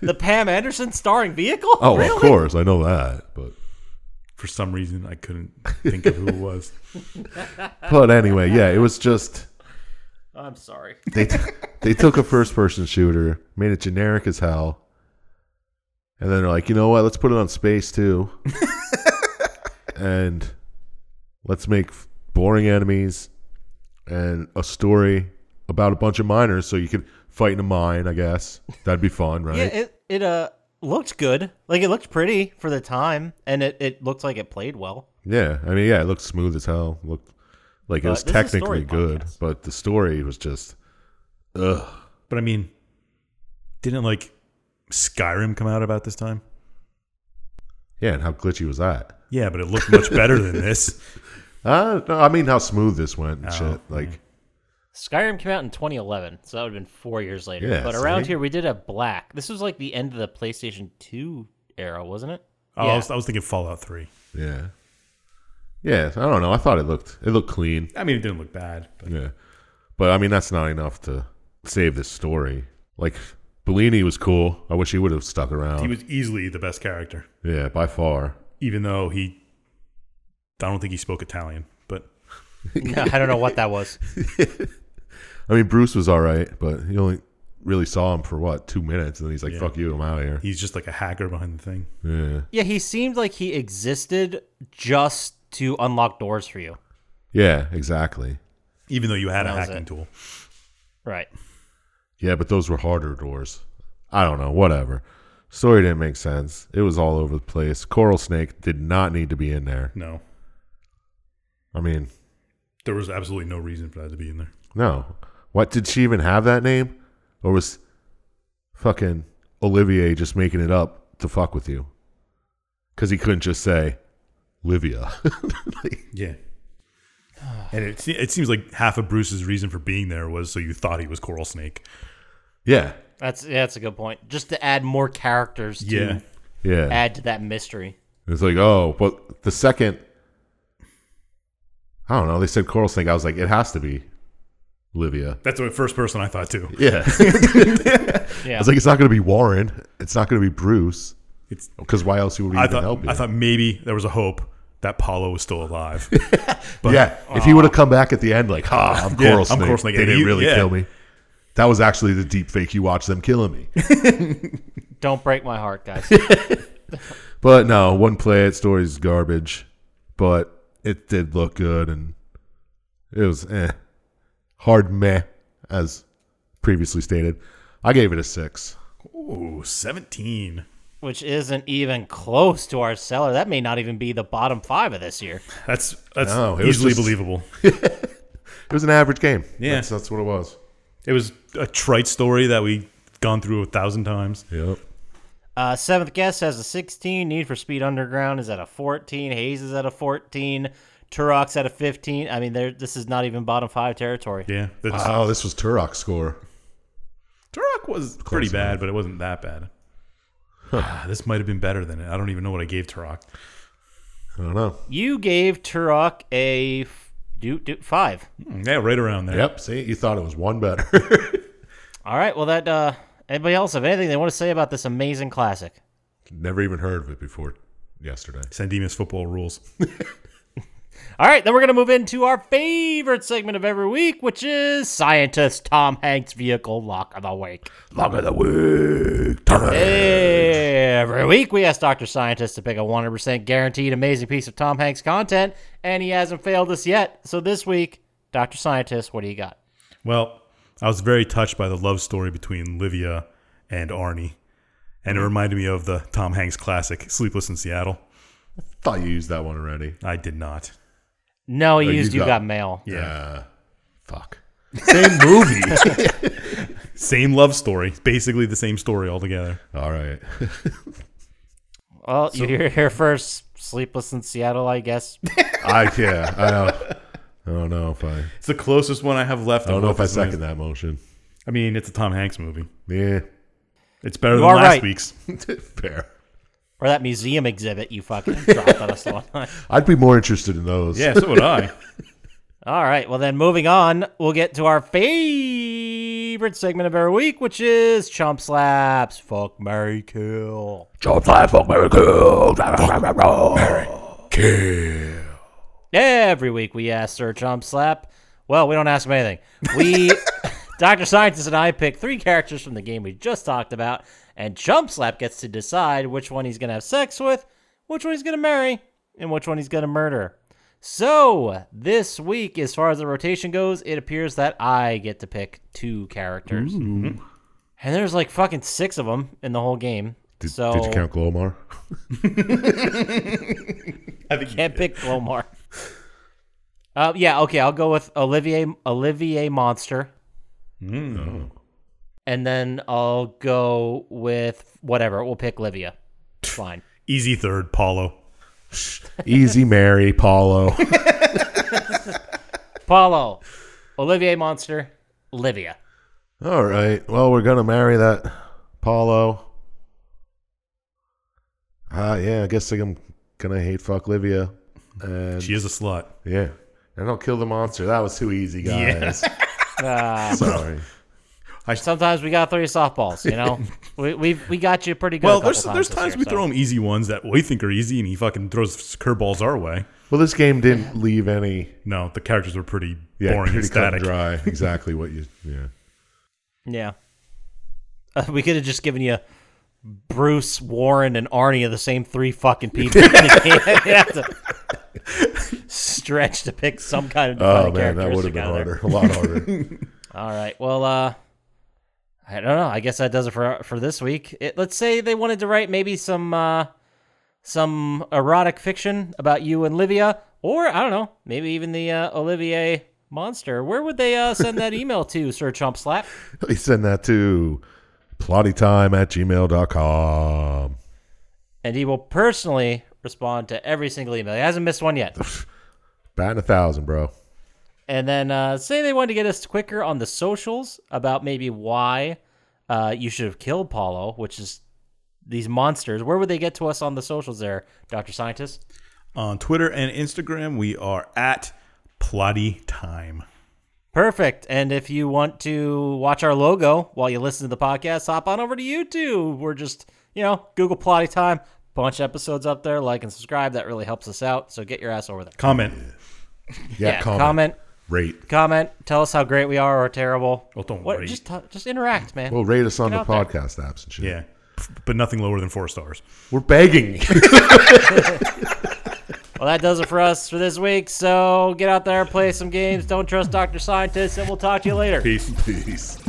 The Pam Anderson starring vehicle? Oh, really? of course, I know that. But For some reason, I couldn't think of who it was. but anyway, yeah, it was just I'm sorry. they t- they took a first person shooter, made it generic as hell, and then they're like, you know what? Let's put it on space too, and let's make f- boring enemies and a story about a bunch of miners, so you could fight in a mine. I guess that'd be fun, right? Yeah, it, it uh looked good. Like it looked pretty for the time, and it, it looked like it played well. Yeah, I mean, yeah, it looked smooth as hell. Looked like it But Uh, this is was a story technically good, podcast. but the story was just, ugh. But I mean, didn't like Skyrim come out about this time? Yeah, and how glitchy was that? Yeah, but it looked much better than this. Uh, no, I mean, how smooth this went and Oh, shit. Like, Skyrim came out in 2011, so that would have been four years later. Yeah, but see? around here, we did a black. This was like the end of the PlayStation 2 era, wasn't it? Oh, I, Yeah. was, I was thinking Fallout 3. yeah, yeah. I don't know. I thought it looked it looked clean. I mean, it didn't look bad. But Yeah, but I mean, that's not enough to save this story. Like, Bellini was cool. I wish he would have stuck around. he was easily the best character, yeah, by far. even though he, I don't think he spoke Italian, but No, I don't know what that was. I mean, Bruce was all right, but you only really saw him for what two minutes, and then he's like, "Fuck you, I'm out of here." he's just like a hacker behind the thing. Yeah. Yeah, he seemed like he existed just to unlock doors for you. Yeah, exactly. Even though you had a That was hacking it. tool. Right. Yeah, but those were harder doors. I don't know, whatever. Story didn't make sense. It was all over the place. Coral Snake did not need to be in there. No, I mean, there was absolutely no reason for that to be in there. no. What did she even have that name? Or was fucking Olivier just making it up to fuck with you? Cuz he couldn't just say Livia. Like, Yeah. Ah. And it, se- it seems like half of Bruce's reason for being there was so you thought he was Coral Snake. yeah. That's yeah, that's a good point. Just to add more characters to Yeah. Yeah. add to that mystery. It's like, oh, but the second, I don't know. They said coral snake. I was like, it has to be Livia. That's the first person I thought too. Yeah, I Yeah. was like, it's not going to be Warren. It's not going to be Bruce. It's Because why else would we I even thought help you? I thought maybe there was a hope that Paulo was still alive. but uh, yeah, if he would have come back at the end, like, ha, I'm Yeah, coral I'm snake. Coral Snake, They and didn't you- really yeah. kill me. That was actually the deep fake. You watched them killing me. Don't break my heart, guys. But no, one play it story's garbage, but it did look good and it was eh. Hard meh, as previously stated. I gave it a six. Ooh, 17. Which isn't even close to our seller. That may not even be the bottom five of this year. That's that's No, it was easily just- believable. It was an average game. Yeah. That's, that's what it was. It was a trite story that we gone through a thousand times. Yep. Uh, seventh guest has a 16. Need for Speed Underground is at a 14. Hayes is at a 14. Turok's at a 15. I mean, there. This is not even bottom five territory. Yeah. That's, Wow, Oh, this was Turok score. Turok was pretty enough. bad, but it wasn't that bad. Ah, this might have been better than it. I don't even know what I gave Turok. I don't know. You gave Turok a f- do, do, five. Hmm, Yeah, right around there. Yep. See, you thought it was one better. All right. Well, that. Uh, anybody else have anything they want to say about this amazing classic? Never even heard of it before yesterday. Sandemus football rules. All right, then we're going to move into our favorite segment of every week, which is scientist Tom Hanks' vehicle lock of the week. Lock of the week. Turn it. Every week, we ask Dr. Scientist to pick a 100% guaranteed amazing piece of Tom Hanks content, and he hasn't failed us yet. So this week, Dr. Scientist, what do you got? Well, I was very touched by the love story between Livia and Arnie, and Mm-hmm. it reminded me of the Tom Hanks classic "Sleepless in Seattle." Thought you used that one already. I did not. No, he you used you, got- got, mail. Yeah. Uh, fuck. Same movie. Same love story, basically the same story altogether. All right. Well, you're here first. Sleepless in Seattle, I guess. I yeah. I don't. I don't know if I. It's the closest one I have left. I don't know if I second that motion. I mean, it's a Tom Hanks movie. Yeah. It's better You than are last right. week's. Fair. or that museum exhibit you fucking dropped on us the one time. I'd be more interested in those. Yeah, so would I. All right. Well, then moving on, we'll get to our favorite segment of every week, which is Chump Slaps. Fuck Mary Kill. Job life, fuck, Mary, kill. Kill. Every week we ask Sir Chump Slap. Well, we don't ask him anything. We, Dr. Scientist and I pick three characters from the game we just talked about, and Chump Slap gets to decide which one he's going to have sex with, which one he's going to marry, and which one he's going to murder. So, this week, as far as the rotation goes, it appears that I get to pick two characters. And there's like fucking six of them in the whole game. Did, so, did you count Glomar? Can't pick Glomar. Uh, yeah, okay, I'll go with Olivier Olivier Monster, Mm. and then I'll go with whatever. We'll pick Livia. It's Fine. Easy third, Paulo. Easy Mary, Paulo. Paulo, Olivier Monster, Livia. All right. Well, we're gonna marry that Paulo. Uh yeah. I guess I'm gonna hate fuck Livia, and She is a slut. yeah, and I'll kill the monster. That was too easy, guys. Uh, Sorry. sometimes we got three softballs. You know, we we we got you pretty good. Well, a couple there's times there's this times year, we so. throw him easy ones that we think are easy, and he fucking throws curveballs our way. Well, this game didn't leave any No, the characters were pretty yeah, boring and pretty cut static. and dry. Exactly what you yeah. Yeah, uh, we could have just given you. Bruce, Warren, and Arnie are the same three fucking people. you have to stretch to pick some kind of Oh defining man, that characteristic would have been out of there. harder, a lot harder. All right. Well, uh, I don't know. I guess that does it for for this week. It, let's say they wanted to write maybe some uh, some erotic fiction about you and Livia, or I don't know, maybe even the uh, Olivier monster. Where would they uh, send that email to, Sir Chump Slap? you send that to plottytime at gmail.com. And he will personally respond to every single email. He hasn't missed one yet. Batting a thousand, bro. And then uh, say they wanted to get us quicker on the socials about maybe why uh, you should have killed Paulo, which is these monsters. Where would they get to us on the socials there, Dr. Scientist? On Twitter and Instagram, we are at Plotty Time. Perfect. And if you want to watch our logo while you listen to the podcast, hop on over to YouTube. We're just, you know, Google Plotty Time. Bunch of episodes up there. Like and subscribe. That really helps us out. So get your ass over there. Comment. Yeah, comment. comment. Rate. Comment. Tell us how great we are or terrible. Well, don't What, rate. just, t- just interact, man. Well, rate us on the out there. podcast apps and shit. Yeah. But nothing lower than four stars. We're begging. Well, that does it for us for this week. So get out there, play some games. Don't trust Dr. Scientist, and we'll talk to you later. Peace. Peace.